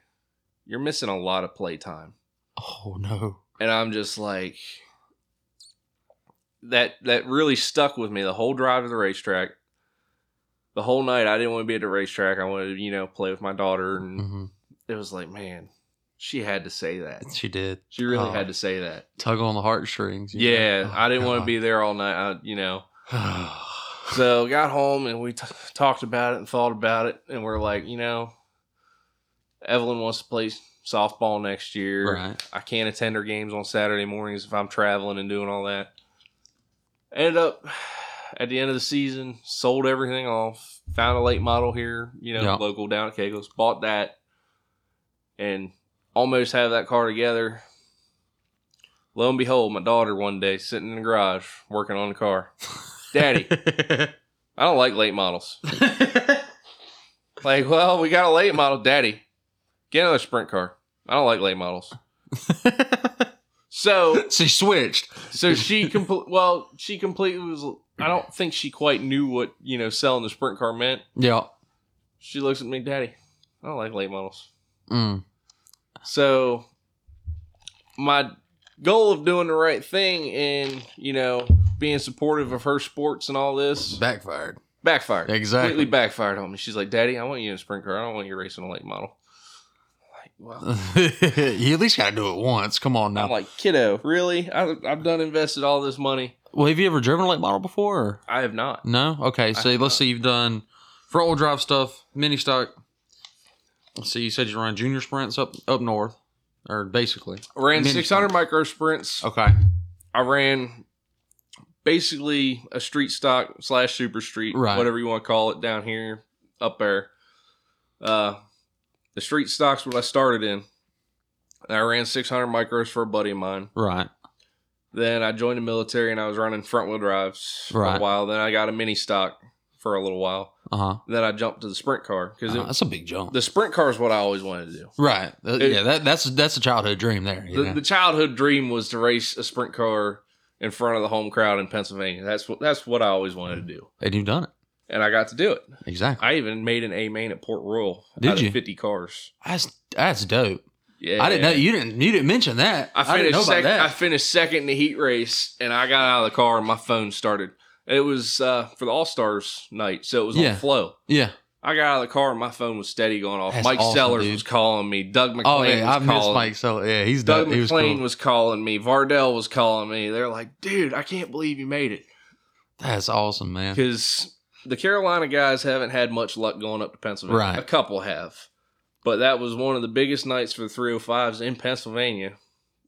you're missing a lot of playtime Oh no. and I'm just like that that really stuck with me the whole drive to the racetrack. The whole night I didn't want to be at the racetrack. I wanted to, you know, play with my daughter and hmm it was like, man, she had to say that. She did She really Oh. had to say that. tug on the heartstrings. you Yeah, know? Oh, I didn't want to be there all night, I, you know. God. So, got home and we t- talked about it and thought about it and we're like, you know, Evelyn wants to play softball next year. (sighs) Right. I can't attend her games on Saturday mornings if I'm traveling and doing all that. Ended up (sighs) at the end of the season, sold everything off, found a late model here, you know, Yeah. local down at Kegels, bought that, and almost have that car together. Lo and behold, my daughter one day sitting in the garage working on the car. Daddy, I don't like late models. Like, well, we got a late model, Daddy. Get another sprint car. I don't like late models. So, (laughs) she switched. so she complete. Well, she completely was. I don't think she quite knew what you know selling the sprint car meant. Yeah. She looks at me, Daddy. I don't like late models. Mm. So, my goal of doing the right thing and you know being supportive of her sports and all this Backfired. backfired. Exactly. (laughs) Completely backfired on me. She's like, Daddy, I want you in a sprint car. I don't want you racing a late model. Like, well, you at least got to do it once. Come on now. I'm like, kiddo, really? I, I've done invested all this money. well, have you ever driven a late model before? Or? I have not. No. Okay. So have let's not. see. You've done front wheel drive stuff, mini stock. Let's see. You said you run junior sprints up up north, or basically. ran Mini 600 sprints. micro sprints. Okay. I ran basically a street stock slash super street, Right. whatever you want to call it, down here, up there. Uh, the street stock's what I started in. And I ran 600 micros for a buddy of mine. Right. Then I joined the military and I was running front wheel drives for Right. a while. Then I got a mini stock for a little while. Uh huh. Then I jumped to the sprint car because Uh-huh. that's a big jump. the sprint car is what I always wanted to do. right. Uh, it- yeah. That, that's that's a childhood dream there. you the, know? the childhood dream was to race a sprint car in front of the home crowd in Pennsylvania. That's what that's what I always wanted to do, and you've done it. and I got to do it. Exactly. I even made an A main at Port Royal. Did out you? Of Fifty cars. That's that's dope. Yeah, I didn't know you didn't you didn't mention that. I I, didn't finished know about second. I that. finished second in the heat race, and I got out of the car, and my phone started. It was uh, for the All Stars night, so it was Yeah. on flow. yeah. I got out of the car, and my phone was steady going off. That's Mike awesome, Sellers dude. was calling me. Doug McClain Oh yeah. I was missed calling. Mike. So yeah, he's Doug dope. He was McClain cool. was calling me. Vardell was calling me. They're like, dude, I can't believe you made it. That's awesome, man. Because the Carolina guys haven't had much luck going up to Pennsylvania. Right. A couple have. But that was one of the biggest nights for the 305s in Pennsylvania.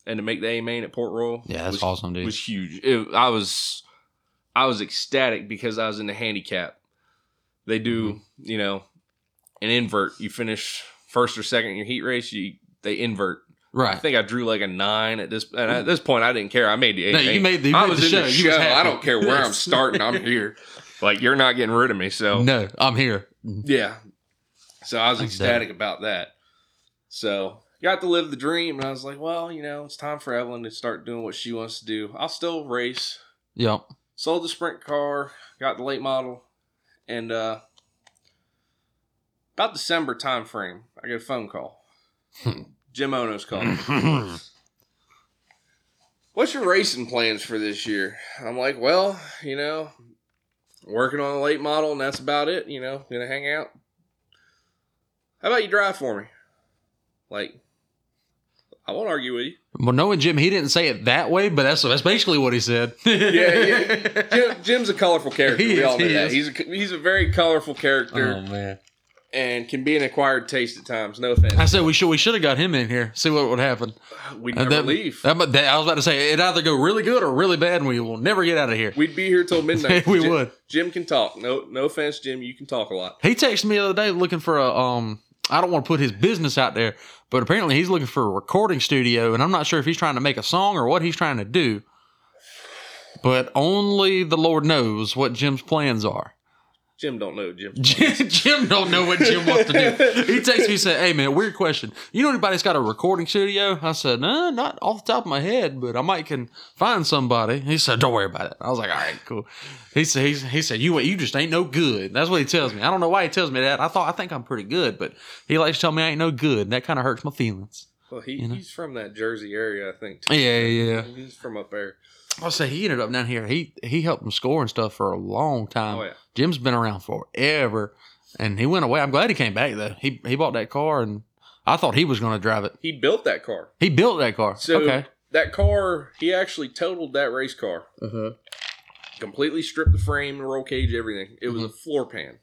And to make the A main at Port Royal Yeah, that's was, awesome, dude. was huge. It- I was I was ecstatic because I was in the handicap. They do, Mm-hmm. you know, an invert. You finish first or second in your heat race, you they invert. I right. think I drew like a nine at this. And at this point, I didn't care. I made the eight. No, you made the. You I made was the in show. the You show. was I happy. don't care where (laughs) I'm Yes. starting. I'm here. Like you're not getting rid of me. So No, I'm here. yeah. So I was I'm ecstatic about that. So got to live the dream, and I was like, well, you know, it's time for Evelyn to start doing what she wants to do. I'll still race. Yep. Sold the sprint car. Got the late model, and uh about December time frame, I get a phone call. Hmm. Jim Ono's (clears throat) calling. what's your racing plans for this year? I'm like, well, you know, working on a late model, and that's about it. You know, gonna hang out. How about you drive for me? Like, I won't argue with you. well, knowing Jim, he didn't say it that way, but that's that's basically what he (laughs) said. yeah. Jim, Jim's a colorful character. He we is, all know he that. is. He's a, he's a very colorful character (laughs) Oh man! and can be an acquired taste at times. No offense. I said we should we should have got him in here. See what would happen. we Uh, never that- leave. that- that- I was about to say it either go really good or really bad, and we will never get out of here. We'd be (laughs) here till midnight. we Jim- would. Jim can talk. No, no offense, Jim. You can talk a lot. He texted me the other day looking for a um. I don't want to put his business out there, but apparently he's looking for a recording studio, and I'm not sure if he's trying to make a song or what he's trying to do. But only the Lord knows what Jim's plans are. Jim don't know Jim. Jim, Jim don't know what Jim wants to do. He texts me and said, "Hey man, weird question. You know anybody that's got a recording studio?" I said, "No, not off the top of my head, but I might can find somebody." He said, "Don't worry about it." I was like, "All right, cool." He said, he, "He said you you just ain't no good." That's what he tells me. I don't know why he tells me that. I thought I think I'm pretty good, but he likes to tell me I ain't no good, and that kind of hurts my feelings. Well, he, You know? he's from that Jersey area, I think. Too. Yeah, yeah. He's from up there. I say he ended up down here. He he helped him score and stuff for a long time. Oh yeah, Jim's been around forever, and he went away. I'm glad he came back though. He he bought that car, and I thought he was going to drive it. he built that car. He built that car. So okay, that car, he actually totaled that race car, completely stripped the frame, the roll cage, everything. It was a floor pan,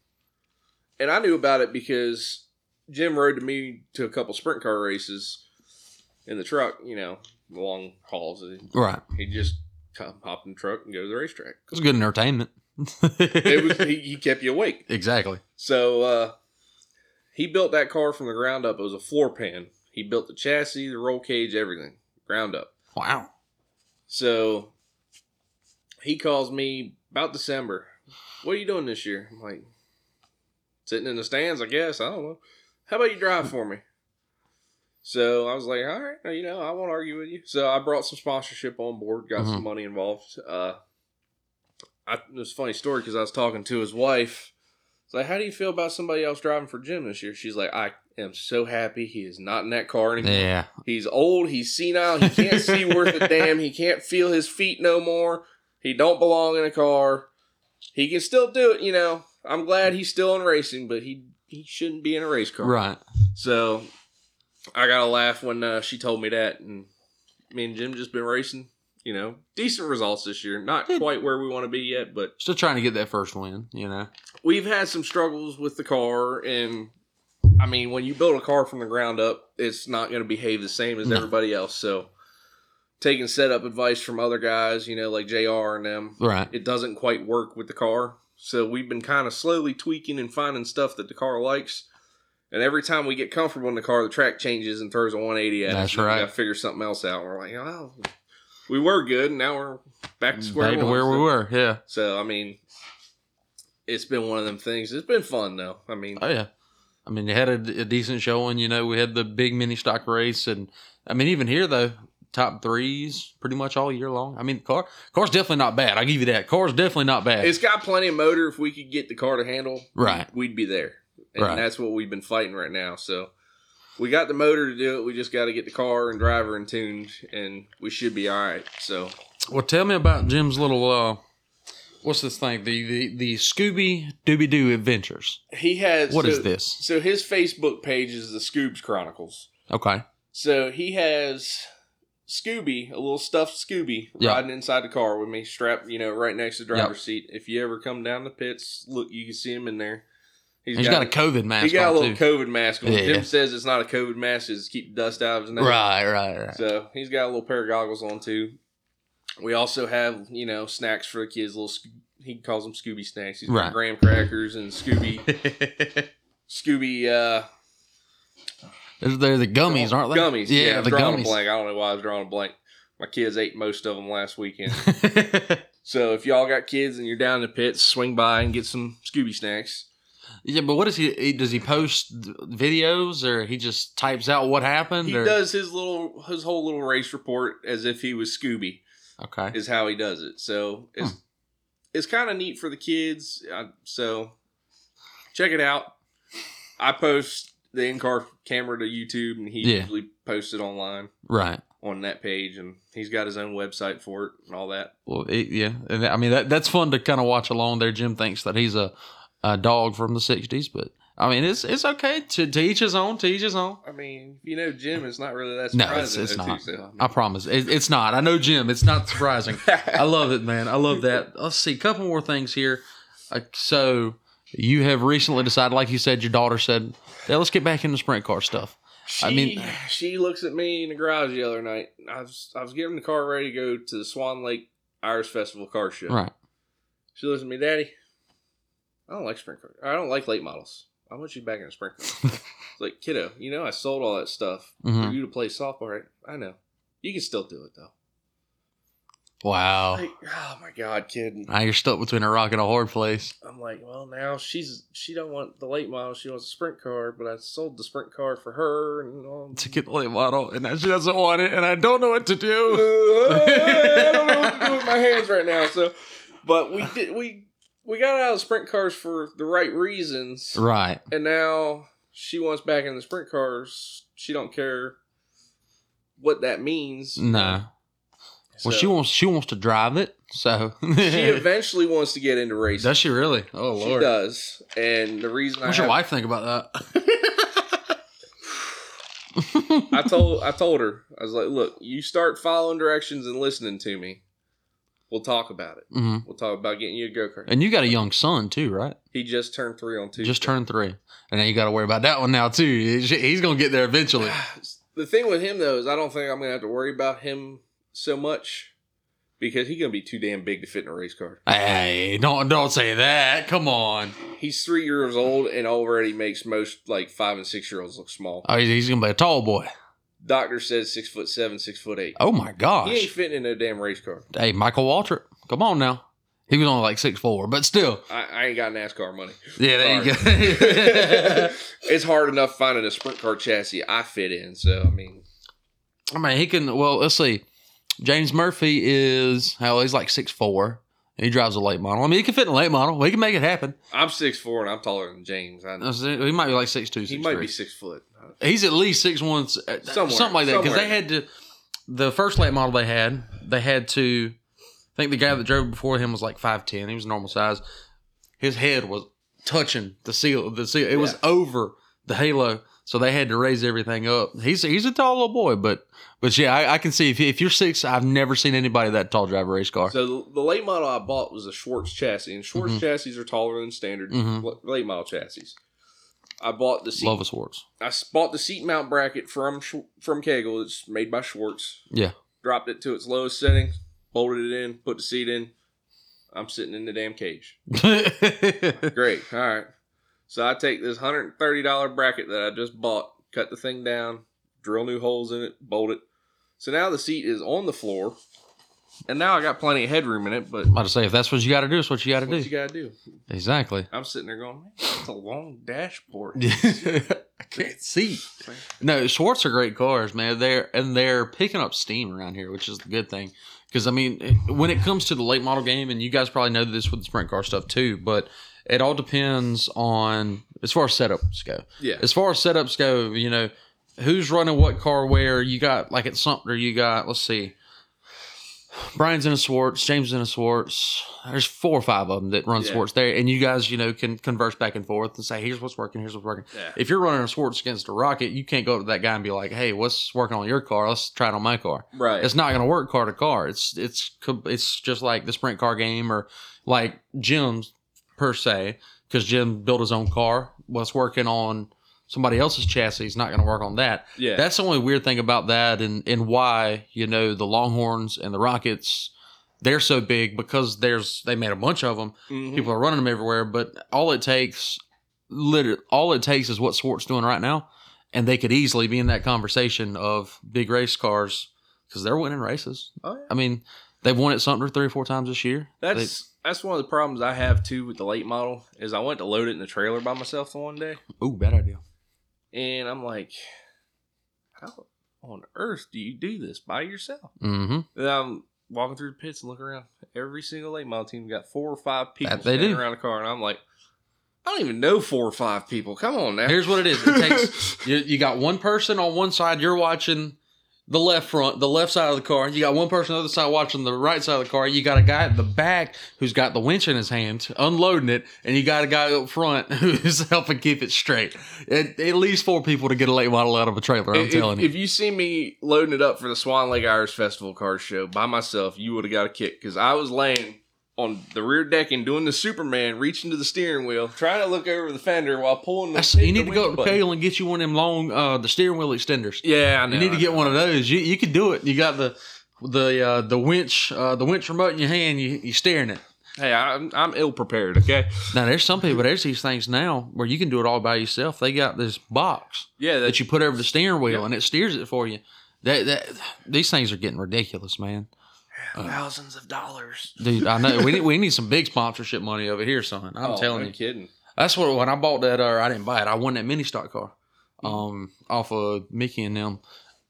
and I knew about it because Jim rode to me to a couple sprint car races in the truck, you know, long hauls. and Right. He just come, hop in the truck and go to the racetrack. It was good entertainment. (laughs) It was he, he kept you awake. (laughs) exactly. So uh, he built that car from the ground up. It was a floor pan. He built the chassis, the roll cage, everything, ground up. Wow. So he calls me about December. What are you doing this year? I'm like, sitting in the stands, I guess. I don't know. How about you drive for me? So I was like, all right, you know, I won't argue with you. So I brought some sponsorship on board, got some money involved. Uh, I, it was a funny story because I was talking to his wife. It's like, how do you feel about somebody else driving for Jim this year? She's like, I am so happy he is not in that car anymore. Yeah. He's old. He's senile. He can't (laughs) see worth a damn. He can't feel his feet no more. He don't belong in a car. He can still do it, you know. I'm glad he's still in racing, but he he shouldn't be in a race car. Right. So I got a laugh when uh, she told me that, and me and Jim just been racing. You know, decent results this year. Not Good. quite where we want to be yet, but Still trying to get that first win, you know. we've had some struggles with the car and i mean when you build a car from the ground up it's not going to behave the same as No. everybody else so taking setup advice from other guys you know like jr and them Right. it doesn't quite work with the car so we've been kind of slowly tweaking and finding stuff that the car likes and every time we get comfortable in the car the track changes and throws a 180 at That's us and right. we gotta figure something else out we're like oh we were good and now we're back to square Back to one. where So- we were. Yeah. so I mean, it's been one of them things. It's been fun though. I mean, Oh yeah. I mean, they had a, a decent showing. You know, we had the big mini stock race, and I mean, even here though, top threes pretty much all year long. I mean, the car car's definitely not bad. I give you that. Car's definitely not bad. it's got plenty of motor. If we could get the car to handle, Right. we'd be there. And Right. that's what we've been fighting right now. So we got the motor to do it. We just got to get the car and driver in tuned, and we should be all right. So Well, tell me about Jim's little uh, what's this thing? The the, the Scooby Dooby Doo Adventures. he has What so, is this? So his Facebook page is the Scoobs Chronicles. Okay. So he has Scooby, a little stuffed Scooby, Yeah. riding inside the car with me, strapped, you know, right next to the Yeah. driver's seat. If you ever come down the pits, look, you can see him in there. He's got, a COVID mask. he got a on, little too. COVID mask on. Yeah. Jim says it's not a COVID mask; it's to keep the dust out of his nose. Right, right, right. So he's got a little pair of goggles on too. We also have you know snacks for the kids. Little Sco- he calls them Scooby snacks. He's got Right. graham crackers and Scooby Scooby uh, (laughs) they're, they're the gummies, aren't they? Oh, Gummies. Yeah, Yeah, I'm the drawing gummies. a blank. I don't know why I was drawing a blank. My kids ate most of them last weekend. (laughs) so if y'all got kids and you're down in the pits, swing by and get some Scooby snacks. yeah, but what does he, he? Does he post videos or he just types out what happened? He or, does his little his whole little race report as if he was Scooby Okay. is how he does it. So it's it's kind of neat for the kids. Uh, so check it out. I post the in car camera to YouTube, and he Yeah. usually posts it online Right. on that page, and he's got his own website for it and all that. Well, it, yeah. And I mean, that that's fun to kind of watch along there. Jim thinks that he's a, a dog from the 60s, but I mean, it's it's okay. To, to each his own, to each his own. I mean, if you know Jim, it's not really that No, surprising. it's- it's though, not. Too, so, I mean- I promise. It, it's not. I know Jim. It's not surprising. (laughs) I love it, man. I love that. Let's see. A couple more things here. Uh, so you have recently decided, like you said, your daughter said, "Hey, let's get back into sprint car stuff. she, I mean- she looks at me in the garage the other night. I was I was getting the car ready to go to the Swan Lake Irish Festival car show. Right. (laughs) She looks at me, Daddy. I don't like sprint cars. I don't like late models. I want you back in a sprint car. It's like kiddo, you know I sold all that stuff Mhm. for you to play softball. Right? I know. You can still do it though. Wow. Like, oh my god, kid. Now you're stuck between a rock and a hard place. I'm like, well, now she's she don't want the late model. She wants a sprint car, but I sold the sprint car for her and all. To get the late model, and she doesn't want it, and I don't know what to Uh, do. I don't know what to do with (laughs) my hands right now. So, but we did we we got out of sprint cars for the right reasons, Right. and now she wants back in the sprint cars. She don't care what that means. No. Mm. Well, So, she wants she wants to drive it. So (laughs) She eventually wants to get into racing. does she really? Oh she lord. does, and the reason What's your I (laughs) have- (laughs) wife think about I told I told her I was like, look, you start following directions and listening to me. We'll talk about it. Mm-hmm. We'll talk about getting you a go kart. And you got a young son too, right? He just turned three on Tuesday. Just turned three, and then you got to worry about that one now too. He's- He's gonna get there (sighs) eventually. (sighs) the thing with him though is I don't think I'm gonna have to worry about him so much because he's gonna be too damn big to fit in a race car. hey, don't don't say that. Come on. He's three years old and already makes most like five and six year olds look small. Oh, he's, he's gonna be a tall boy. Doctor says six foot seven, six foot eight. Oh my He ain't gosh. fitting in no damn race car. Hey, Michael Waltrip, come on now. He was only like six four, but still. I, I ain't got (laughs) NASCAR money. (laughs) Yeah, there you go. (laughs) it's hard enough finding a sprint car chassis I fit in. So I mean, I mean, he can. Well, let's see. James Murphy is how he's like six four. He drives a late model. I mean, he can fit in a late model. He can make it happen. I'm six four and I'm taller than James. I know. That's it. He might be like six two. He might be six foot. He's at least six one, Somewhere, something like that. Because they somewhere. had to. The first late model they had, they had to. I think the guy that drove before him was like five ten. He was normal size. His head was touching the seal. The seal. It was Yeah. over the halo. So they had to raise everything up. He's he's a tall little boy, but but yeah, I, I can see if, if you're six, I've never seen anybody that tall drive a race car. So the- the late model I bought was a Schwartz chassis, and Schwartz Mhm. chassis are taller than standard Mhm. l- late model chassis. I bought the seat. Love a (laughs) Swartz. I s- bought the seat mount bracket from Sch- from Kegel. It's made by Schwartz. Yeah. Dropped it to its lowest setting, bolted it in, put the seat in. I'm sitting in the damn cage. (laughs) Great. All right. So I take this hundred and thirty dollar bracket that I just bought, cut the thing down, drill new holes in it, bolt it. So now the seat is on the floor, and now I got plenty of headroom in it. But I'm about to say if that's what you got to do, it's what you got to what you do. gotta do? Exactly. I'm sitting there going, man, that's a long dashboard. I can't see. No, Schwartz are great cars, man. They're and they're picking up steam around here, which is the good thing. Because I mean, it- when it comes to the late model game, and you guys probably know this with the sprint car stuff too, but it all depends on as far as setups go. Yeah. As far as setups go, you know, who's running what car where. You got like at Sumter, you got let's see, Brian's in a Swartz, James in a Swartz. There's four or five of them that run Yeah. Swartz there, and you guys, you know, can converse back and forth and say, here's what's working, here's what's working. Yeah. If you're running a Swartz against a Rocket, you can't go up to that guy and be like, hey, what's working on your car? Let's try it on my car. Right. It's not going to work car to car. It's it's co- it's just like the sprint car game or like Jim's per se because Jim built his own car. What's working on somebody else's chassis is not going to work on that. yeah. That's the only weird thing about that, and and why you know the Longhorns and the Rockets. They're so big because there's they made a bunch of them. Mhm. People are running them everywhere, but all it takes, literally, all it takes is what Swart's doing right now, and they could easily be in that conversation of big race cars because they're winning races. Oh, yeah. I mean, they've won at Sumter three or four times this year. That's that's one of the problems I have too with the late model is I went to load it in the trailer by myself the one day, They- ooh, bad idea. and I'm like, how on earth do you do this by yourself? Mm-hmm. And I'm walking through the pits and looking around. Every single late model team got four or five people That they standing do. around the car, and I'm like, I don't even know four or five people. Come on now. Here's what it is. It (laughs) takes you, you got one person on one side. You're watching the left front, the left side of the car. You got one person on the other side watching the right side of the car. You got a guy at the back who's got the winch in his hand, unloading it, and you got a guy up front (laughs) who's helping keep it straight. It, at least four people to get a late model out of a trailer. I'm if, telling if you. if you see me loading it up for the Swan Lake Irish Festival Car Show by myself, you would have got a kick because I was laying on the rear deck and doing the Superman, reaching to the steering wheel, trying to look over the fender while pulling the. That's- you the need to go winch to button. Kale and get you one of them long, uh, the steering wheel extenders. Yeah, I know. You need to get one of those. You you can do it. You got the the uh, the winch uh, the winch remote in your hand. You you steering it. Hey, I'm, I'm ill prepared. Okay. Now there's some people. There's these things now where you can do it all by yourself. They got this box Yeah, that that's you put over the steering wheel Yeah. and it steers it for you. That that these things are getting ridiculous, man. thousands of dollars. Dude, I know we need we need some big sponsorship money over here, son. I'm Oh, telling no you, kidding. that's what when I bought that. Or I didn't buy it. I won that mini stock car, um, off of Mickey and them.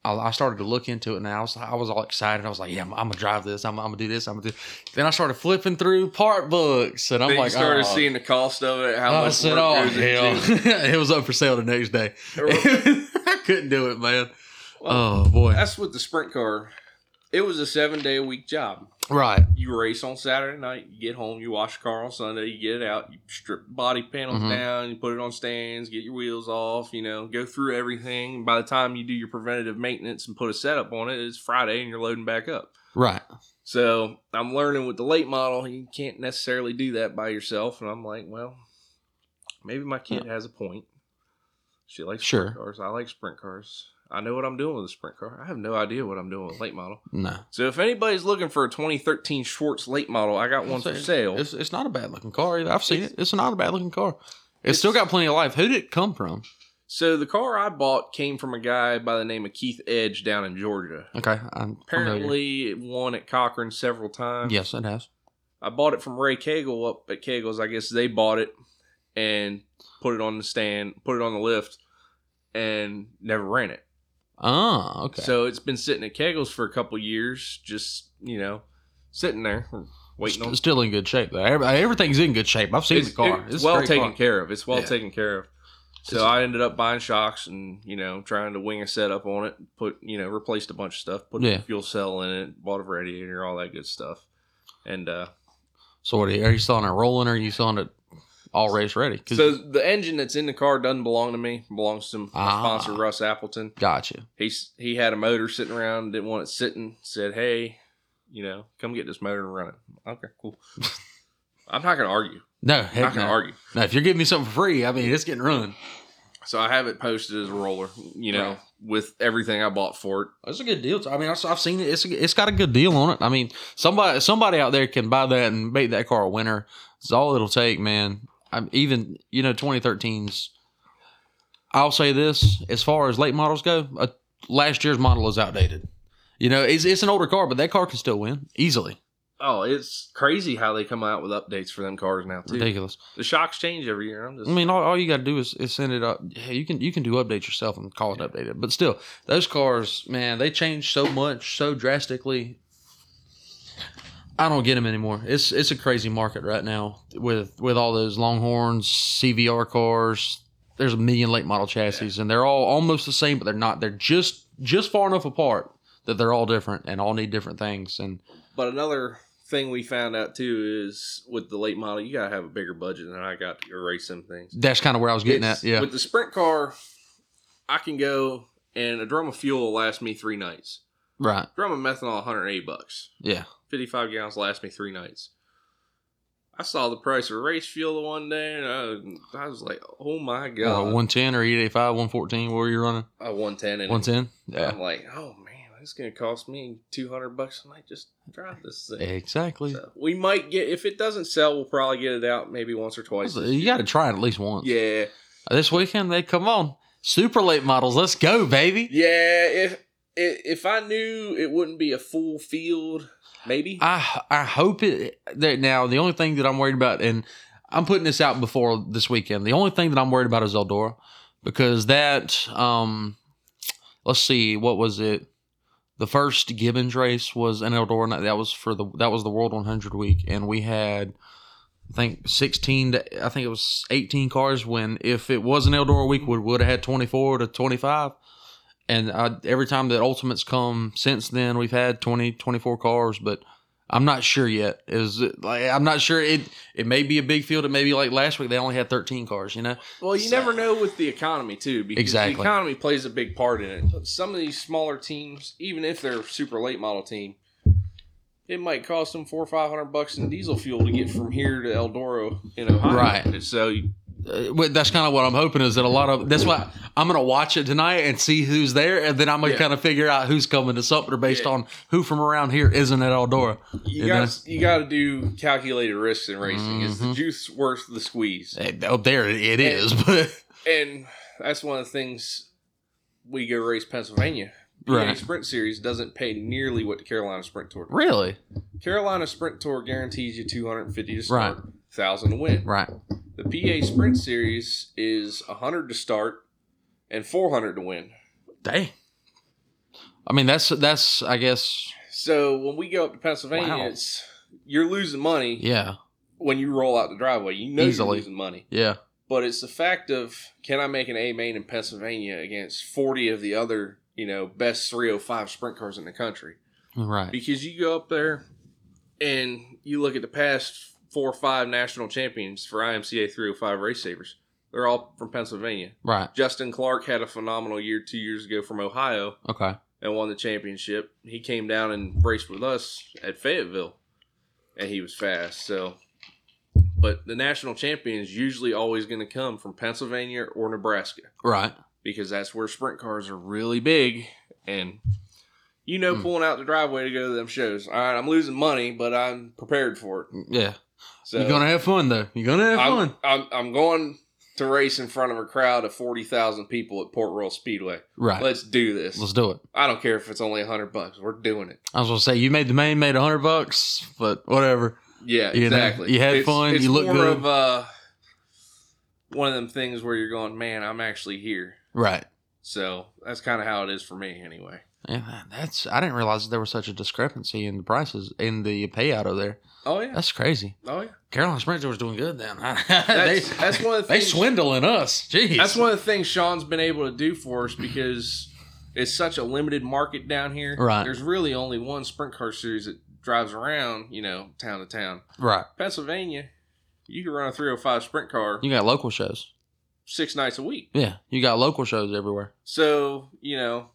I, I started to look into it now. I was, I was all excited. I was like, "Yeah, I'm, gonna drive this. I'm, I'm gonna do this. I'm gonna do." Then I started flipping through part books, and I'm Then like, you started "Oh, seeing the cost of it. How I much said, work "Oh goes hell!" into (laughs) it was up for sale the next day. (laughs) it. (laughs) I couldn't do it, man. oh boy. That's with the sprint car. It was a seven day a week job. Right. You race on Saturday night, you get home, you wash your car on Sunday, you get it out, you strip the body panels Mhm. down, you put it on stands, get your wheels off, you know, go through everything. by the time you do your preventative maintenance and put a setup on it, it's Friday and you're loading back up. Right. So I'm learning with the late model, you can't necessarily do that by yourself. And I'm like, well, maybe my kid has a point. She likes Sure. sprint cars. I like sprint cars. I know what I'm doing with a sprint car. I have no idea what I'm doing with late model. No. So if anybody's looking for a 2013 Schwartz late model, I got one for It's- sale. It's, it's not a bad looking car either. I've seen It's- it. It's not a bad looking car. It's, still got plenty of life. Who did it come from? So the car I bought came from a guy by the name of Keith Edge down in Georgia. Okay. I'm familiar. Apparently, uh, it won at Cochrane several times. Yes, it has. I bought it from Ray Cagle up at Cagle's. I guess they bought it and put it on the stand, put it on the lift, and never ran it. Oh, okay. So it's been sitting at Cagle's for a couple years, just you know, sitting there waiting St- on. Still in good shape though. Every- Everything's in good shape. I've seen It's, the car. it's It's a well great taken car. care of. It's well Yeah. taken care of. So It's- I ended up buying shocks and you know trying to wing a setup on it. Put you know replaced a bunch of stuff. Put Yeah. a fuel cell in it. Bought a radiator, all that good stuff. And uh, So what are you, are you still on it rolling or are you still on it all race ready? 'Cause- So the engine that's in the car doesn't belong to me. It belongs to my Ah. sponsor Russ Appleton. gotcha. He's he had a motor sitting around, didn't want it sitting. Said, "Hey, you know, come get this motor and run it." Okay, (laughs) cool. I'm not gonna argue. No, I'm not heck gonna no. argue. no. If you're giving me something for free, I mean it's getting run. So I have it posted as a roller. You know, Right. with everything I bought for it. It's a good deal. I mean, I've, I've seen it. It's it's got a good deal on it. I mean, somebody somebody out there can buy that and make that car a winner. It's all it'll take, man. I'm even you know 2013s. I'll say this: as far as late models go, uh, last year's model is outdated. You know, it's it's an older car, but that car can still win easily. Oh, it's crazy how they come out with updates for them cars now too. Ridiculous. The shocks change every year. I'm just I mean, all, all you got to do is, is send it up. Hey, you can you can do updates yourself and call it updated. But still, those cars, man, they change so much, so drastically. I don't get them anymore. It's it's a crazy market right now with with all those Longhorns, CVR cars. There's a million late model chassis, and they're all almost the same, but they're not. They're just just far enough apart that they're all different and all need different things. And But another thing we found out too is with the late model, you gotta have a bigger budget than I got to erase some things. that's kind of where I was getting It's- at. Yeah, With the sprint car, I can go and a drum of fuel will last me three nights. right. Drum of methanol, 180 bucks. Yeah, 55 gallons lasts me three nights. I saw the price of race fuel the one day, and I, I was like, "Oh my god!" Uh, one ten or eight eighty five, one fourteen. Where you running? a 110, and One ten. Yeah. I'm like, "Oh man, this is gonna cost me 200 bucks a night just to drive this thing." Exactly. So, we might get if it doesn't sell, we'll probably get it out maybe once or twice. this You year. got to try it at least once. yeah, This weekend they come on super late models. Let's go, baby. yeah. If i- if I knew it wouldn't be a full field, maybe. I I hope it. That now the only thing that I'm worried about, and I'm putting this out before this weekend. The only thing that I'm worried about is Eldora because that um, let's see, what was it? The first Gibbons race was in Eldora. and That was for the that was the World 100 week, and we had I think 16 to I think it was 18 cars. When if it was an Eldora week, we would have had 24 to 25. And I, every time that ultimates come since then, we've had 20, 24 cars, but I'm not sure yet. Is it, like I'm not sure it. It may be a big field. It may be like last week they only had 13 cars. You know, well, you so- never know with the economy too, because the Exactly. economy plays a big part in it. Some of these smaller teams, even if they're a super late model team, it might cost them four or five hundred bucks in diesel fuel to get from here to Eldoro in Ohio. Right. So you- Uh, well, that's kind of what I'm hoping is that a lot of that's why I'm gonna watch it tonight and see who's there, and then I'm gonna Yeah. kind of figure out who's coming to Sumter based Yeah. on who from around here isn't at Eldora. you It got does. you got to do calculated risks in racing. Is the Mhm. juice worth the squeeze? Eh, Oh, there it- it Yeah. is, (laughs) but and that's one of the things we go race Pennsylvania. The Right. Sprint Series doesn't pay nearly what the Carolina Sprint Tour. really, Carolina Sprint Tour guarantees you 250 to start, Right. 1000 to win. right? The PA Sprint Series is 100 to start and 400 to win. Dang. I mean, that's that's I guess So when we go up to Pennsylvania, Wow. it's you're losing money yeah, when you roll out the driveway. You know Easily. you're losing money. yeah, but it's the fact of can I make an A main in Pennsylvania against 40 of the other, you know, best 305 sprint oh cars in the country? Right. because you go up there and you look at the past four or five national champions for IMCA 305 race savers. They're all from Pennsylvania. Right. Justin Clark had a phenomenal year two years ago from Ohio Okay. and won the championship. He came down and raced with us at Fayetteville, and he was fast. So, but the national champion is usually always going to come from Pennsylvania or Nebraska Right. because that's where sprint cars are really big and you know Hmm. pulling out the driveway to go to them shows all right i'm losing money but i'm prepared for it Yeah. so You're gonna have fun though. You're gonna have I'm, fun. I'm, I'm going to race in front of a crowd of 40000 people at port royal speedway Right. Let's, let's do this do it. i don't care if it's only 100 bucks we're doing it I was gonna say you made the main made a hundred bucks, but whatever. yeah You know, exactly you had fun, you look more good. of uh, one of them things where you're going man i'm actually here Right. so that's kind of how it is for me anyway Yeah, that's I didn't realize there was such a discrepancy in the prices in the payout of there. oh yeah That's crazy. oh yeah Carolina Sprint Tour's doing good then. (laughs) that's, they, that's one of the they things swindling us. Jeez. That's one of the things Sean's been able to do for us because it's such a limited market down here. Right. There's really only one sprint car series that drives around, you know, town to town. right. Pennsylvania, you can run a 305 sprint car You got local shows. six nights a week. Yeah. You got local shows everywhere. So, you know,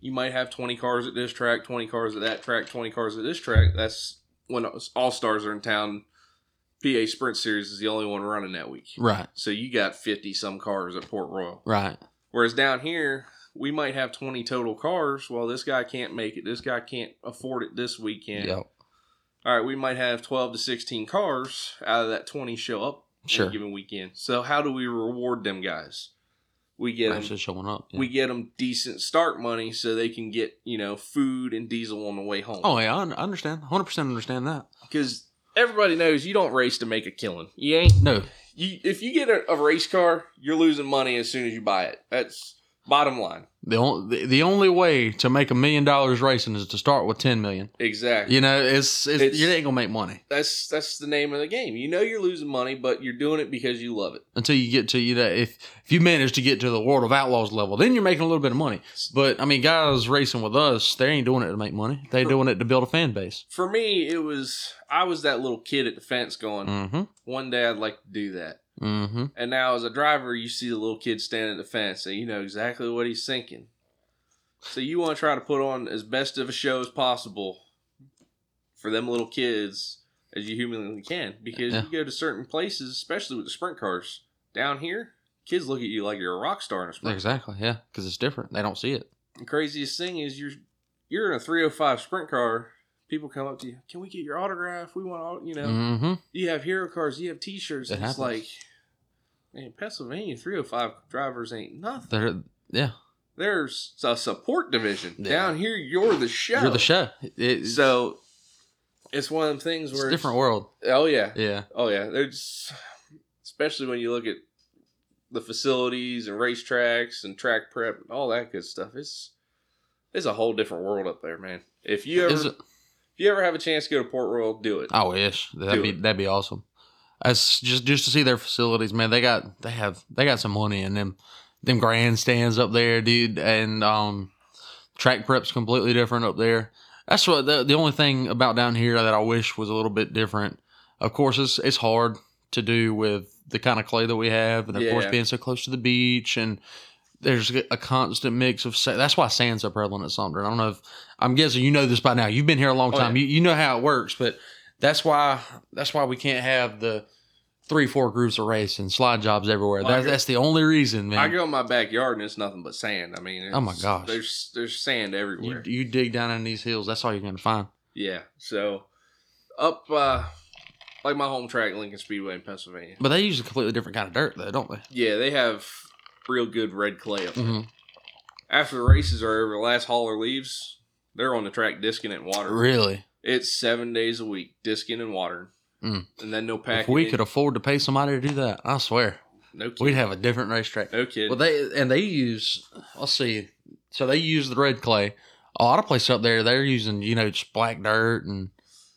you might have 20 cars at this track, 20 cars at that track, 20 cars at this track. That's when all stars are in town. PA Sprint Series is the only one running that week. Right. So you got 50 some cars at Port Royal. Right. Whereas down here, we might have 20 total cars. Well, this guy can't make it. This guy can't afford it this weekend. Yep. All right, we might have 12 to 16 cars out of that 20 show up any Sure. given weekend. So how do we reward them guys? We get them, Actually showing up. yeah. we get them decent start money so they can get, you know, food and diesel on the way home. Oh yeah, I un- I understand. Hundred percent understand that. Cuz everybody knows you don't race to make a killing. You ain't No, you if you get a, a race car, you're losing money as soon as you buy it. That's bottom line. the only the, the only way to make a million dollars racing is to start with ten million. Exactly. You know, it's, it's, It's- you ain't gonna make money that's that's the name of the game. You know you're losing money, but you're doing it because you love it. until you get to you know if if you manage to get to the World of Outlaws level, then you're making a little bit of money. But I mean, guys racing with us, they ain't doing it to make money. They doing it to build a fan base. For me, it was I was that little kid at the fence going, Mm-hmm. one day I'd like to do that. Mm-hmm. And now as a driver, you see the little kid standing at the fence, and you know exactly what he's thinking. So you want to try to put on as best of a show as possible for them little kids as you humanly can, because Yeah. you go to certain places, especially with the sprint cars down here. Kids look at you like you're a rock star in a sprint Exactly. Yeah, because it's different. They don't see it. The craziest thing is you're you're in a 305 sprint car. People come up to you. Can we get your autograph? We want all you know. Mm-hmm. You have hero cars. You have T-shirts. It and it's happens. like, man, Pennsylvania 305 drivers ain't nothing. They're yeah. There's a support division Yeah. down here. You're the show. You're the show. It's, So it's one of them things it's where a different world. Oh yeah, Yeah. oh yeah. There's especially when you look at the facilities and racetracks and track prep and all that good stuff. It's it's a whole different world up there, man. If you ever Is it- if you ever have a chance to go to Port Royal, do it. I wish that'd Do be it. that'd be awesome. That's just just to see their facilities, man. They got they have they got some money in them them grandstands up there, dude. And um, track prep's completely different up there. That's what the, the only thing about down here that I wish was a little bit different. Of course, it's it's hard to do with the kind of clay that we have, and of course Yeah. being so close to the beach, and there's a constant mix of sa- that's why sand's so prevalent at Sumter. I don't know if I'm guessing you know this by now. You've been here a long Oh, time. You you know how it works, but that's why that's why we can't have the three four groups of race and slide jobs everywhere. Well, I That, go- that's the only reason, man. I go in my backyard and it's nothing but sand. I mean, Oh, my it's- gosh. there's there's sand you, everywhere. you dig down in these hills, that's all you're gonna find. Yeah, so up uh like my home track, Lincoln Speedway in Pennsylvania. But they use a completely different kind of dirt, though, don't they? Yeah, they have real good red clay up there. Mm-hmm. after the races are over, the last hauler leaves. They're on the track disking and watering. Really? It's seven days a week disking and watering, Mm. and then no If packing. we could afford to pay somebody to do that, I swear no kid, we'd have a different racetrack. no kid. Well, they and they use. Let's see. So they use the red clay. A lot of places up there, they're using you know just black dirt and,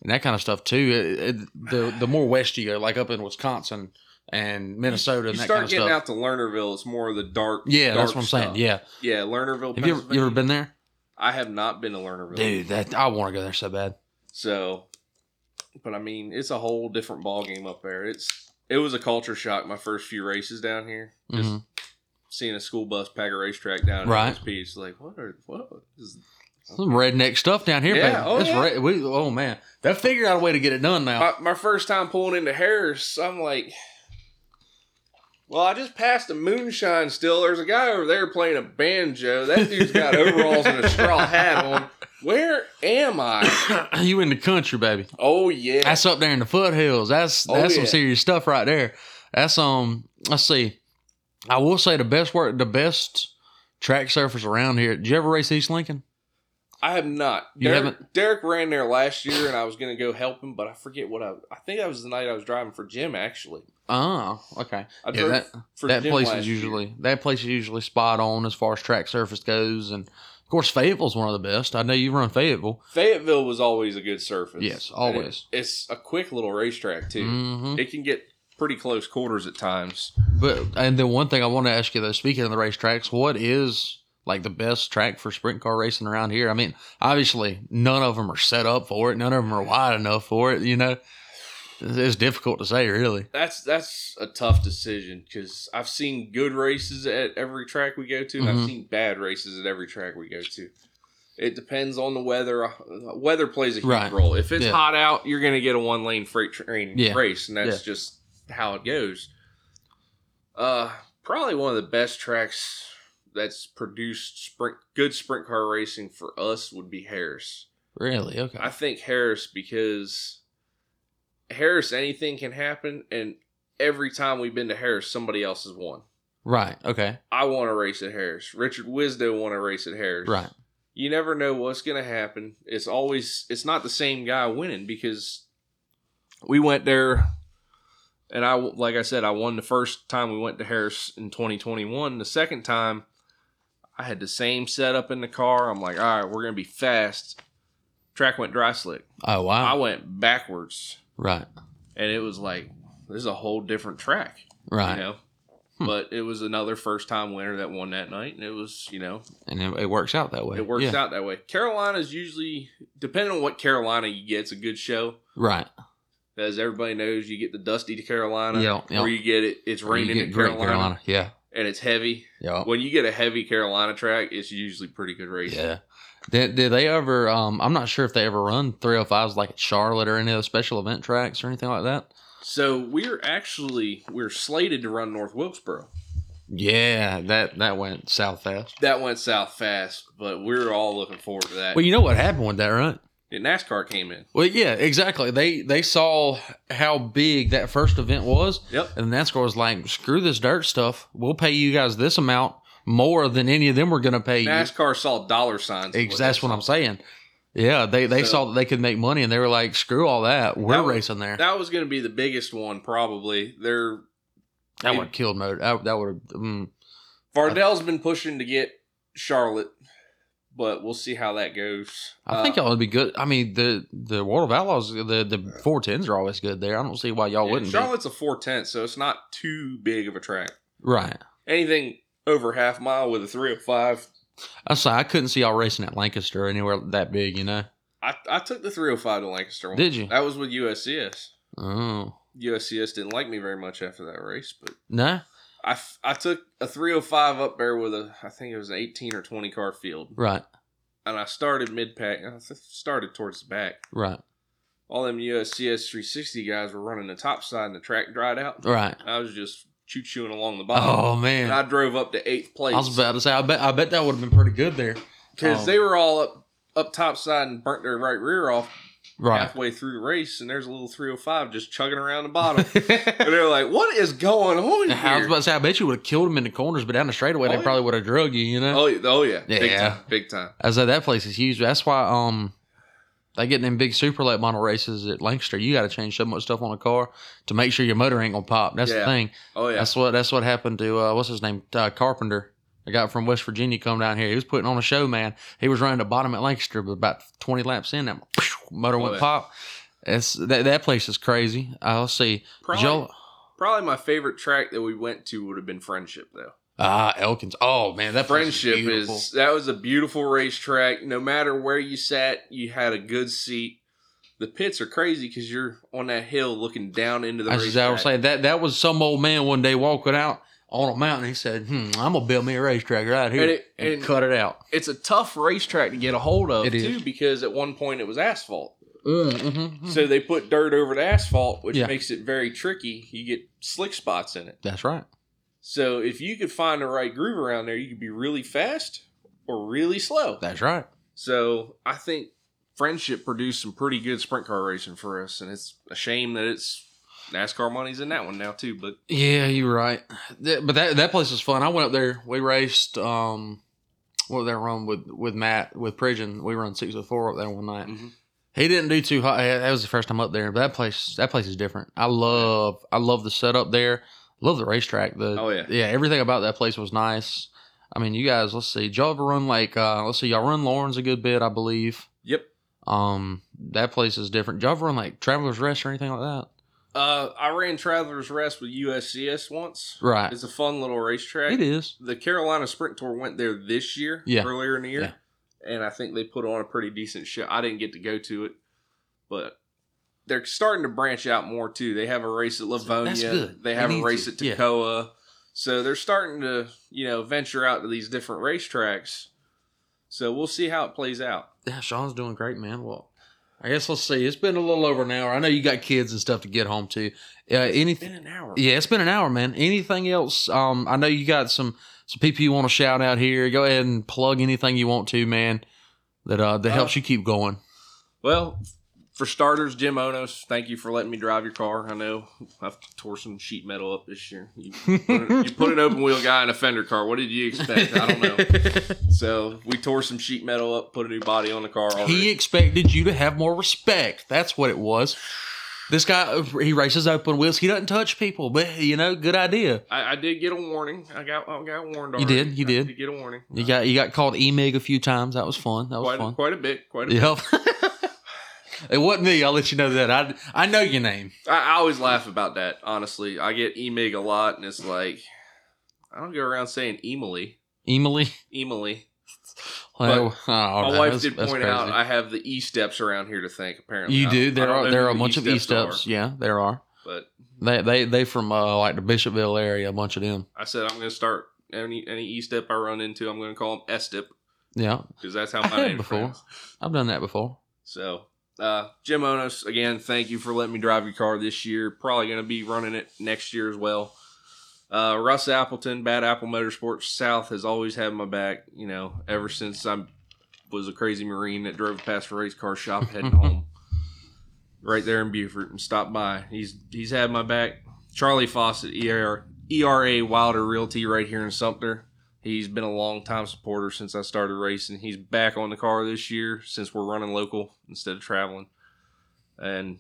and that kind of stuff too. It- it- the the more west you go, like up in Wisconsin and Minnesota, you and that start kind of getting stuff. out to Lernerville. It's more of the dark. yeah, dark that's what I'm stuff. saying. Yeah, yeah, Lernerville. have you ever, you ever Pennsylvania. been there? I have not been to Lernerville, Dude, that I want to go there so bad. So, but I mean, it's a whole different ball game up there. It's it was a culture shock my first few races down here. Just Mhm. seeing a school bus pack a racetrack down in Right. right. Peach, like what are what is Some redneck stuff down here, Yeah, baby. oh, That's yeah. re- we, oh man, that figured out a way to get it done now. my, my first time pulling into Harris, I'm like, well, I just passed a moonshine still. There's a guy over there playing a banjo. That (laughs) dude's got overalls and a straw hat on. Where am I? (coughs) you in the country, baby? Oh yeah, That's up there in the foothills. That's Oh, that's some yeah. serious stuff right there. That's um. Let's see. I will say the best work, the best track surface around here. Did you ever race East Lincoln? I have not. You Derek, haven't? Derek ran there last year, and I was gonna go help him, but I forget what I. I think that was the night I was driving for Jim. Actually, Oh, okay. I Yeah, drove that- for that Jim place last is year. usually that place is usually spot on as far as track surface goes, and of course Fayetteville's one of the best. I know you run Fayetteville. Fayetteville was always a good surface. Yes, And always. it- it's a quick little racetrack too. hmm It can get pretty close quarters at times. But and then one thing I want to ask you though, speaking of the racetracks, what is like the best track for sprint car racing around here? I mean, obviously none of them are set up for it. None of them are wide enough for it. You know, it's, it's difficult to say really. That's that's a tough decision because I've seen good races at every track we go to, and Mhm. I've seen bad races at every track we go to. It depends on the weather. Uh, Weather plays a huge Right. role. If it's Yeah. hot out, you're going to get a one lane freight train Yeah. race, and that's just how it goes. Uh, probably one of the best tracks that's produced sprint good sprint car racing for us would be Harris. Really, okay. I think Harris because Harris anything can happen, and every time we've been to Harris, somebody else has won. right, okay, I want to race at Harris. Richard Wisdo want to race at Harris. right, You never know what's gonna happen. It's always it's not the same guy winning because we went there, and I like I said I won the first time we went to Harris in 2021. The second time. I had the same setup in the car. I'm like, all right, we're gonna be fast. Track went dry slick. oh I wow, went backwards, right, and it was like this is a whole different track, right, you know. Hmm. But it was another first time winner that won that night, and it was you know and it, it works out that way. it works Yeah. out that way. Carolina's usually depending on what Carolina you get, it's a good show. right. As everybody knows, you get the dusty to Carolina, Yeah, yeah. or you get it. It's You raining get in great Oh. Carolina, yeah, and it's heavy. yeah. When you get a heavy Carolina track, it's usually pretty good racing. Yeah. Did, did they ever? Um, I'm not sure if they ever run 305s like at Charlotte or any of those special event tracks or anything like that. So we're actually we're slated to run North Wilkesboro. Yeah, that that went south fast. That went south fast, but we're all looking forward to that. Well, you know what happened with that, right? Yeah, NASCAR came in. Well, yeah, exactly. They they saw how big that first event was, Yep. and NASCAR was like, "Screw this dirt stuff. We'll pay you guys this amount more than any of them were going to pay you." NASCAR saw dollar signs. Ex- That's what I'm saying. Yeah, they they So- saw that they could make money, and they were like, "Screw all that. We're That was- racing there." That, That was going to be the biggest one, probably. They're would have killed mode. That, that would have. Mm, Vardell's been pushing to get Charlotte, but we'll see how that goes. I think Uh, y'all would be good. I mean, the the World of Outlaws, the the four tens are always good there. I don't see why y'all yeah, wouldn't. Be. Charlotte's a four tenth, so it's not too big of a track. Right. Anything over half mile with a three of five. I say I couldn't see y'all racing at Lancaster or anywhere that big. You know? I, I took the 305 to Lancaster one. Did you? That was with USCS. Oh USCS didn't like me very much after that race, but no. I, f- I took a 305 up there with a, I think it was an 18 or 20 car field. Right. And I started mid pack. I th- started towards the back. Right. All them USCS 360 guys were running the top side and the track dried out. Right. I was just choo chooing along the bottom. Oh And man. I drove up to eighth I place. was about to say. I bet. I bet that would have been pretty good there. Because oh. they were all up, up top side and burnt their right rear off Right. halfway through the race. And there's a little 305 just chugging around (laughs) the bottom. (laughs) and they're like, what is going on I was here? about to say. I bet you would have killed him in the corners, but down the straightaway, Oh, they yeah. probably would have drug you. You know. Oh, yeah. oh, yeah. Big Yeah. time. Big time. I said that place is huge. That's why um they get them big superlet model races at Lancaster. You got to change so much stuff on a car to make sure your motor ain't gonna pop. That's the Yeah. thing. Oh, yeah. That's what that's what happened to uh, what's his name uh, Carpenter. A guy from West Virginia come down here. He was putting on a show, man. He was running the bottom at Lancaster, but about twenty laps in, that motor Oh, went yeah. Uh, Ah, Elkins. Oh man, that place Friendship beautiful. is that was a beautiful racetrack. No matter where you sat, you had a good seat. The pits are crazy because you're on that hill looking down into the That's exactly what I was racetrack. saying. That that was some old man one day walking out on a mountain. He said, "Hmm, I'm gonna build me a racetrack right here And and, it- and- cut it out." It's a tough racetrack to get a hold of It is. too, because at one point it was asphalt. Mm-hmm. So they put dirt over the asphalt, which Yeah. makes it very tricky. You get slick spots in it. That's right. So if you could find the right groove around there, you could be really fast or really slow. That's right. So I think friendship produced some pretty good sprint car racing for us, and it's a shame that it's NASCAR money's in that one now too. But Yeah, you're right. That- but that that place is fun. I went up there. We raced. Um, what was that run with with Matt with Pridgeon? We run six oh four up there one night. Mhm. He didn't do too hot. That was the first time up there. But that place, that place is different. I love, I love the setup there. Love the racetrack. The Oh, yeah. yeah, everything about that place was nice. I mean, you guys, let's see, did y'all ever run like, uh, let's see, y'all run Lawrence a good bit, I believe. yep, Um, that place is different. Did y'all ever run like Travelers Rest or anything like that? uh, I ran Travelers Rest with USCS once. Right. It's a fun little racetrack. It is. The Carolina Sprint Tour went there this year, Yeah. earlier in the year, and I think they put on a pretty decent show. I didn't get to go to it, but they're starting to branch out more too. They have a race at Livonia. good. They They have a need race to, at yeah. Toccoa. So they're starting to, you know, venture out to these different racetracks. So we'll see how it plays out. Yeah, Sean's doing great, man. Well, I guess let's see. It's been a little over an hour. I know you got kids and stuff to get home to. Uh, It's anything? been an hour. Yeah, it's been an hour, man. Anything else? Um, I know you got some some people you want to shout out here. Go ahead and plug anything you want to, man. That uh that Uh, helps you keep going. Well, for starters, Jim Onos, thank you for letting me drive your car. I know I've tore some sheet metal up this year. (laughs) You put, you put an open wheel guy in a fender car. What did you expect? I don't know. (laughs) So we tore some sheet metal up, put a new body on the car. Already. He expected you to have more respect. That's what it was. This guy, he races open wheels. He doesn't touch people, but you know, good idea. I, I did get a warning. I got I got warned. Already. You did, you I did. get a warning. You got you got called emig a few times. That was fun. That was Uh, quite fun. A, quite a bit. Quite a bit. Yep. it wasn't me. I'll let you know that. I I know your name. I, I always laugh about that. Honestly, I get emig a lot, and it's like I don't go around saying Emily. Emily. Emily. Well, oh, My no, wife that's- did that's point crazy. out I have the E steps around here to thank. Apparently, You I- I do. There don't are know there who are a the bunch of E E-steps steps. Yeah, there are. But They they they from uh, like the Bishopville area. A bunch of them. I said I'm going to start any any E step I run into. I'm going to call them S step Yeah, because that's how I've my had name before. before. I've done that before. So, uh, Jim Onos, again, thank you for letting me drive your car this year. Probably going to be running it next year as well. Uh, Russ Appleton, Bad Apple Motorsports South, has always had my back. You know, ever since I was a crazy Marine that drove past a race car shop heading home, right there in Beaufort, and stopped by. He's he's had my back. Charlie Fawcett, E ERA, ERA Wilder Realty, right here in Sumter. He's been a long time supporter since I started racing. He's back on the car this year since we're running local instead of traveling. And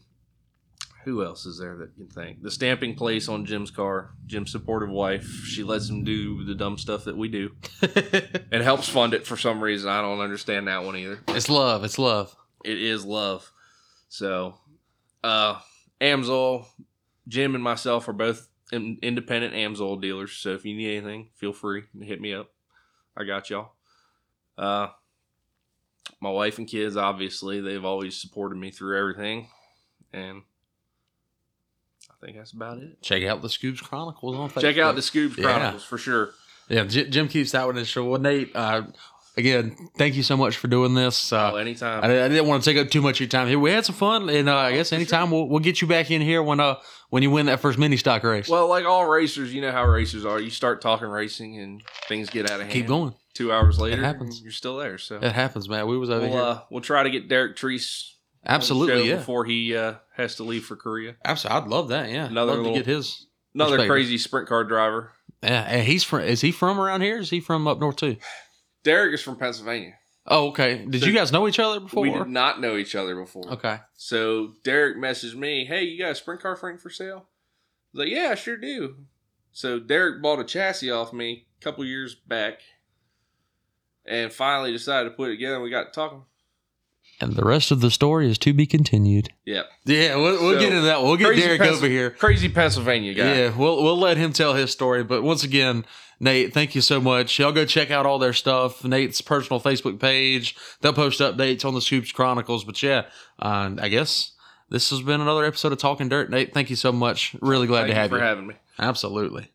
who else is there that can thank? The stamping place on Jim's car, Jim's supportive wife. She lets him do the dumb stuff that we do and helps fund it for some reason. I don't understand that one either. it's love. It's love. It is love. So, uh, Amsoil, Jim and myself are both in- independent Amsoil dealers. So if you need anything, feel free to hit me up. I got y'all. Uh, my wife and kids, obviously, they've always supported me through everything. And I think that's about it. Check out the Scoops Chronicles on Facebook. Check out the Scoop Yeah. Chronicles for sure. yeah. J- Jim keeps that one in show. Well, Nate, uh, again, thank you so much for doing this. Uh, Oh, anytime. I, I didn't want to take up too much of your time here. We had some fun, and uh, I guess Oh, for sure. anytime we'll, we'll get you back in here when uh when you win that first mini stock race. Well, like all racers, you know how racers are. You start talking racing and things get out of hand. Keep going. Two hours later, happens. you're still there. So It happens, man. We was over We'll, here. uh, we'll try to get Derek Treese on the show Absolutely, yeah. before he uh, has to leave for Korea. Absolutely, I'd love that. Yeah, Another love little- to get his. Another Respect. crazy sprint car driver. Yeah, and he's from. Is he from around here? Is he from up north too? Derek is from Pennsylvania. Oh, okay. Did So- you guys know each other before? We did not know each other before. Okay. So Derek messaged me, "Hey, you got a sprint car frame for sale?" I was like, "Yeah, I sure do." So Derek bought a chassis off me a couple years back, and finally decided to put it together. and We got talking, And the rest of the story is to be continued. Yep. Yeah, we'll, we'll So, get into that. We'll get crazy Derek pers- over here. Crazy Pennsylvania guy. Yeah, we'll we'll let him tell his story. But once again, Nate, thank you so much. Y'all go check out all their stuff. Nate's personal Facebook page. They'll post updates on the Scoops Chronicles. But yeah, uh, I guess this has been another episode of Talking Dirt. Nate, thank you so much. Really glad Thank to you have for you. having me. Absolutely.